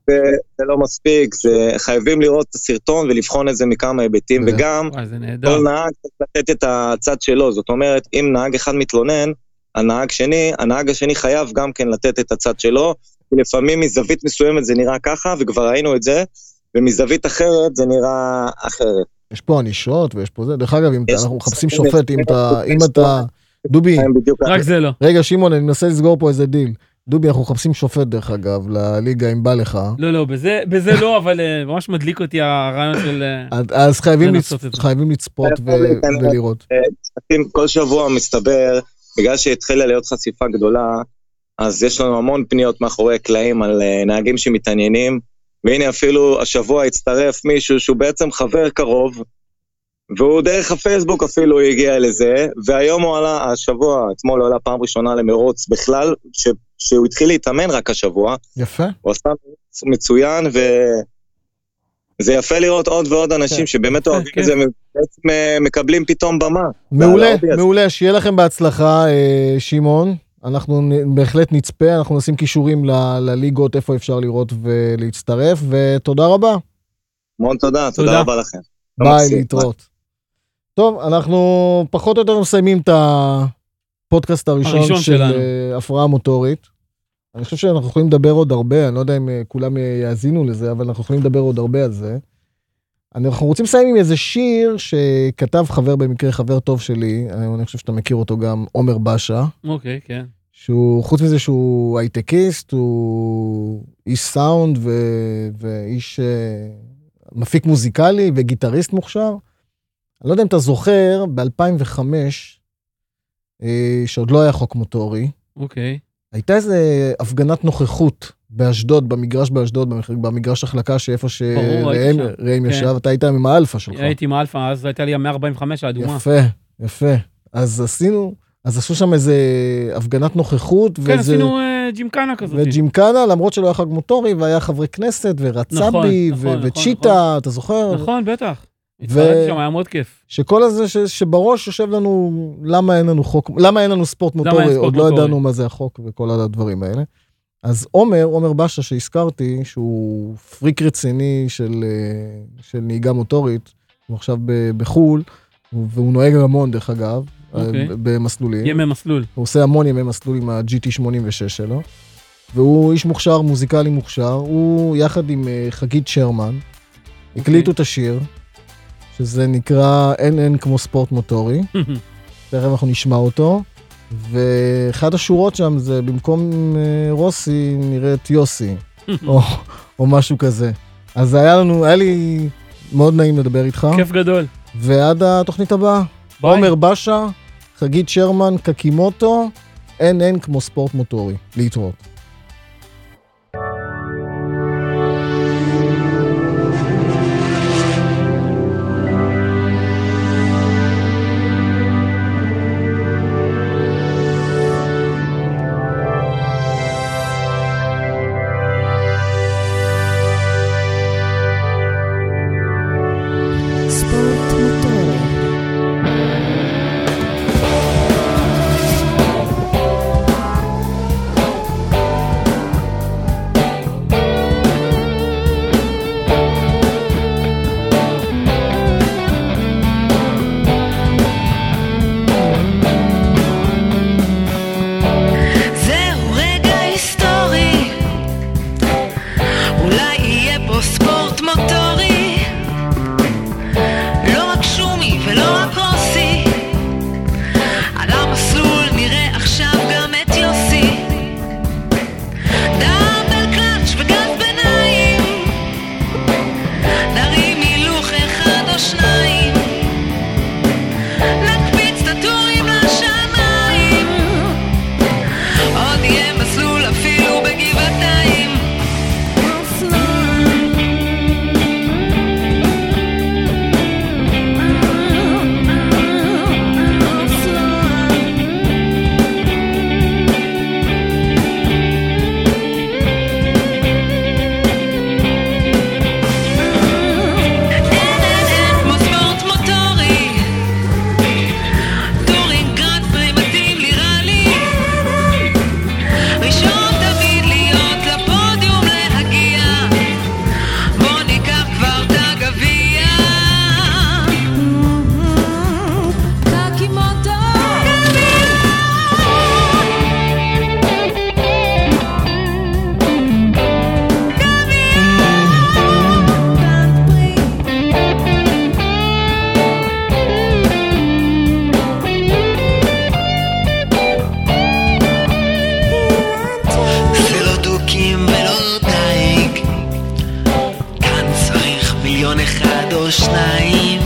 Speaker 4: זה לא מספיק, זה, חייבים לראות את הסרטון ולבחון את זה מכמה היבטים,
Speaker 1: בטח.
Speaker 4: וגם
Speaker 2: וואי, אה, זה
Speaker 1: לא,
Speaker 2: נהדר.
Speaker 4: כל נהג צריך לתת את הצד שלו, זאת אומרת, אם נהג אחד מתלונן, הנהג שני, הנהג השני חייב גם כן לתת את הצד שלו, כי לפעמים מזווית מסוימת זה נראה ככה, וכבר ראינו את זה, ומזווית אחרת זה נראה אחרת.
Speaker 1: יש פה ענישות ויש פה זה. דרך אגב, אם אתה-
Speaker 4: יש-
Speaker 1: אנחנו מחפשים שופט, אם אתה, אם אתה, דובי,
Speaker 4: הם בדיוק...
Speaker 2: רק זה לא.
Speaker 1: רגע, שמעון, אני מנסה לסגור פה איזה דיל. דובי, אנחנו מחפשים שופט, דרך אגב, לליגה, אם בא לך.
Speaker 2: לא, לא, בזה בזה לא, אבל אה, ממש מדליק אותי הרעיון של... אה,
Speaker 1: אז- אז חייבים
Speaker 2: לנסות
Speaker 1: לצ-
Speaker 2: את זה.
Speaker 1: חייבים לצפות
Speaker 4: אתה יכול
Speaker 1: ו-
Speaker 4: להיכנס.
Speaker 1: ולראות.
Speaker 4: אם כל שבוע מסתבר, בגלל שהתחילה להיות חשיפה גדולה, אז יש לנו המון פניות מאחורי הקלעים על אה, נהגים שמתעניינים, והנה אפילו השבוע הצטרף מישהו שהוא בעצם חבר קרוב, והוא דרך הפייסבוק אפילו הגיע לזה, והיום הוא עלה, השבוע, אתמול הוא עלה פעם ראשונה למרוץ בכלל, ש, שהוא התחיל להתאמן רק השבוע,
Speaker 1: יפה.
Speaker 4: הוא עשה מרוץ מצוין, וזה יפה לראות עוד ועוד
Speaker 1: כן.
Speaker 4: אנשים שבאמת
Speaker 2: אה,
Speaker 4: אוהבים
Speaker 2: כן.
Speaker 4: את זה, ובעצם אה, מקבלים פתאום במה.
Speaker 1: מעולה,
Speaker 4: לאודיאס.
Speaker 1: מעולה, שיהיה לכם בהצלחה, אה, שמעון. אנחנו נ- בהחלט נצפה, אנחנו נשים קישורים ל- לליגות, איפה אפשר לראות ולהצטרף, ותודה רבה.
Speaker 4: המון תודה,
Speaker 2: תודה.
Speaker 4: תודה רבה לכם. לא
Speaker 1: ביי,
Speaker 4: מפסיק.
Speaker 1: להתראות. טוב, אנחנו פחות או יותר מסיימים את הפודקאסט הראשון
Speaker 2: הראשון
Speaker 1: של
Speaker 2: שלנו.
Speaker 1: אה, הפרעה מוטורית. אני חושב שאנחנו יכולים לדבר עוד הרבה, אני לא יודע אם אה, כולם אה, יאזינו לזה, אבל אנחנו יכולים לדבר עוד הרבה על זה. אני- אנחנו רוצים לסיים עם איזה שיר שכתב חבר, במקרה חבר טוב שלי, אה, אני חושב שאתה מכיר אותו גם, עומר בשה,
Speaker 2: אוקיי, כן.
Speaker 1: שהוא, חוץ מזה שהוא הייטקיסט, הוא איש סאונד ו- ואיש אה, מפיק מוזיקלי וגיטריסט מוכשר. אני לא יודע אם אתה זוכר, ב-2005, אה, שעוד לא היה חוק מוטורי,
Speaker 2: אוקיי.
Speaker 1: הייתה איזו הפגנת נוכחות באשדוד, במגרש באשדוד, במגרש- במגרש החלקה שאיפה שראם
Speaker 2: הייתי
Speaker 1: ראם
Speaker 2: כן.
Speaker 1: ישב, אתה היית עם האלפא שלך.
Speaker 2: הייתי עם אלפא, אז הייתה לי ה-145 האדומה.
Speaker 1: נכון. יפה, יפה. אז עשינו, אז עשו שם איזה הפגנת נוכחות,
Speaker 2: כן,
Speaker 1: וזה...
Speaker 2: עשינו אה, ג'ימקנה כזאת.
Speaker 1: וג'ימקנה, למרות שלא היה חג מוטורי, והיה חברי כנסת, ורצבי,
Speaker 2: נכון,
Speaker 1: ו-
Speaker 2: נכון,
Speaker 1: וצ'יטה, אתה זוכר?
Speaker 2: נכון, בטח.
Speaker 1: ו-
Speaker 2: התפרדתי שם, היה מאוד כיף.
Speaker 1: שכל הזה ש- שבראש יושב לנו, למה אין לנו חוק, למה אין לנו ספורט
Speaker 2: אין
Speaker 1: מוטורי,
Speaker 2: ספורט
Speaker 1: עוד לא
Speaker 2: מוטורי?
Speaker 1: ידענו מה זה החוק וכל הדברים האלה. אז עומר, עומר בשה שהזכרתי, שהוא פריק רציני של, אה, של נהיגה מוטורית, הוא עכשיו ב- בחו"ל, והוא נוהג המון דרך אגב, אה,
Speaker 2: אוקיי.
Speaker 1: ב- במסלולים.
Speaker 2: ימי מסלול.
Speaker 1: הוא עושה המון ימי מסלול עם ה-GT86 שלו, והוא איש מוכשר, מוזיקלי מוכשר, הוא יחד עם אה, חגית שרמן, הקליטו את השיר, שזה נקרא אין אין כמו ספורט מוטורי, תכף אנחנו נשמע אותו, ואחת השורות שם זה במקום אה, רוסי נראה את יוסי, או, או משהו כזה. אז זה היה לנו, היה לי מאוד נעים לדבר איתך,
Speaker 2: כיף גדול.
Speaker 1: ועד התוכנית הבאה.
Speaker 2: ביי.
Speaker 1: עומר בשה, חגית שרמן, קקימוטו, אין אין כמו ספורט מוטורי, להתראות.
Speaker 5: לא או שניים,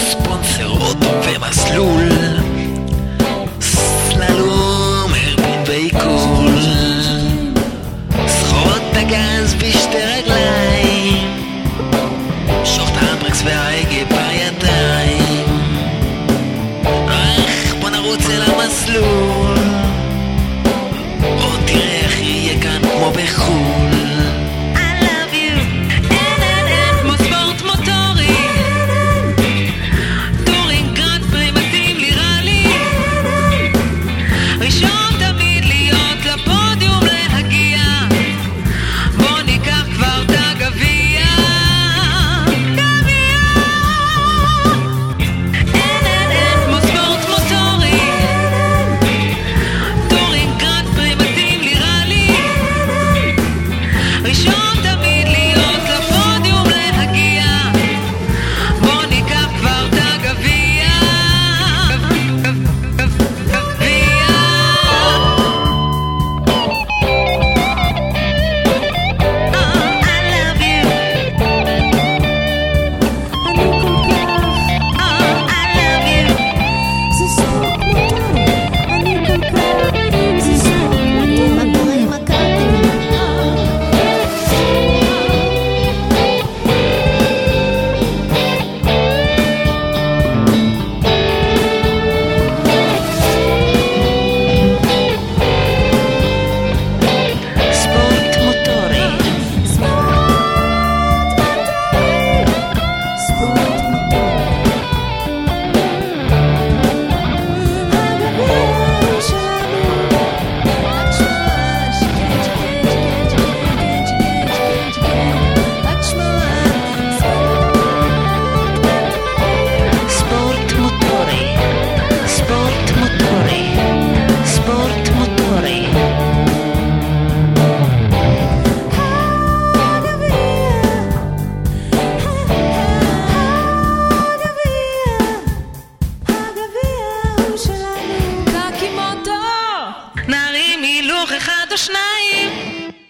Speaker 5: ספונסר אוטו ומסלול, סללום, הרבין ועיכול, סחורות הגז בשתי רגליים, שוחט האמברקס וההגה בידיים, אך בוא נרוץ אל המסלול, עוד תראה איך יהיה כאן כמו בחו"ל. I love you. כמו ספורט מוטורי. טורינג גרנד פרי מתאים לי, רע לי. ראשון תמיד להיות לפודיום להגיע. בוא ניקח כבר את הגביע. גביע. כמו ספורט מוטורי. טורינג גרנד פרי מתאים לי, רע לי. ראשון תמיד להיות לפודיום להגיע בוא ניקח כבר את הגביע גב- גב- גב- גביע ספורט מוטורי ספורט מוטורי, ספורט מוטורי, ספורט מוטורי. נרים הילוך אחד או שניים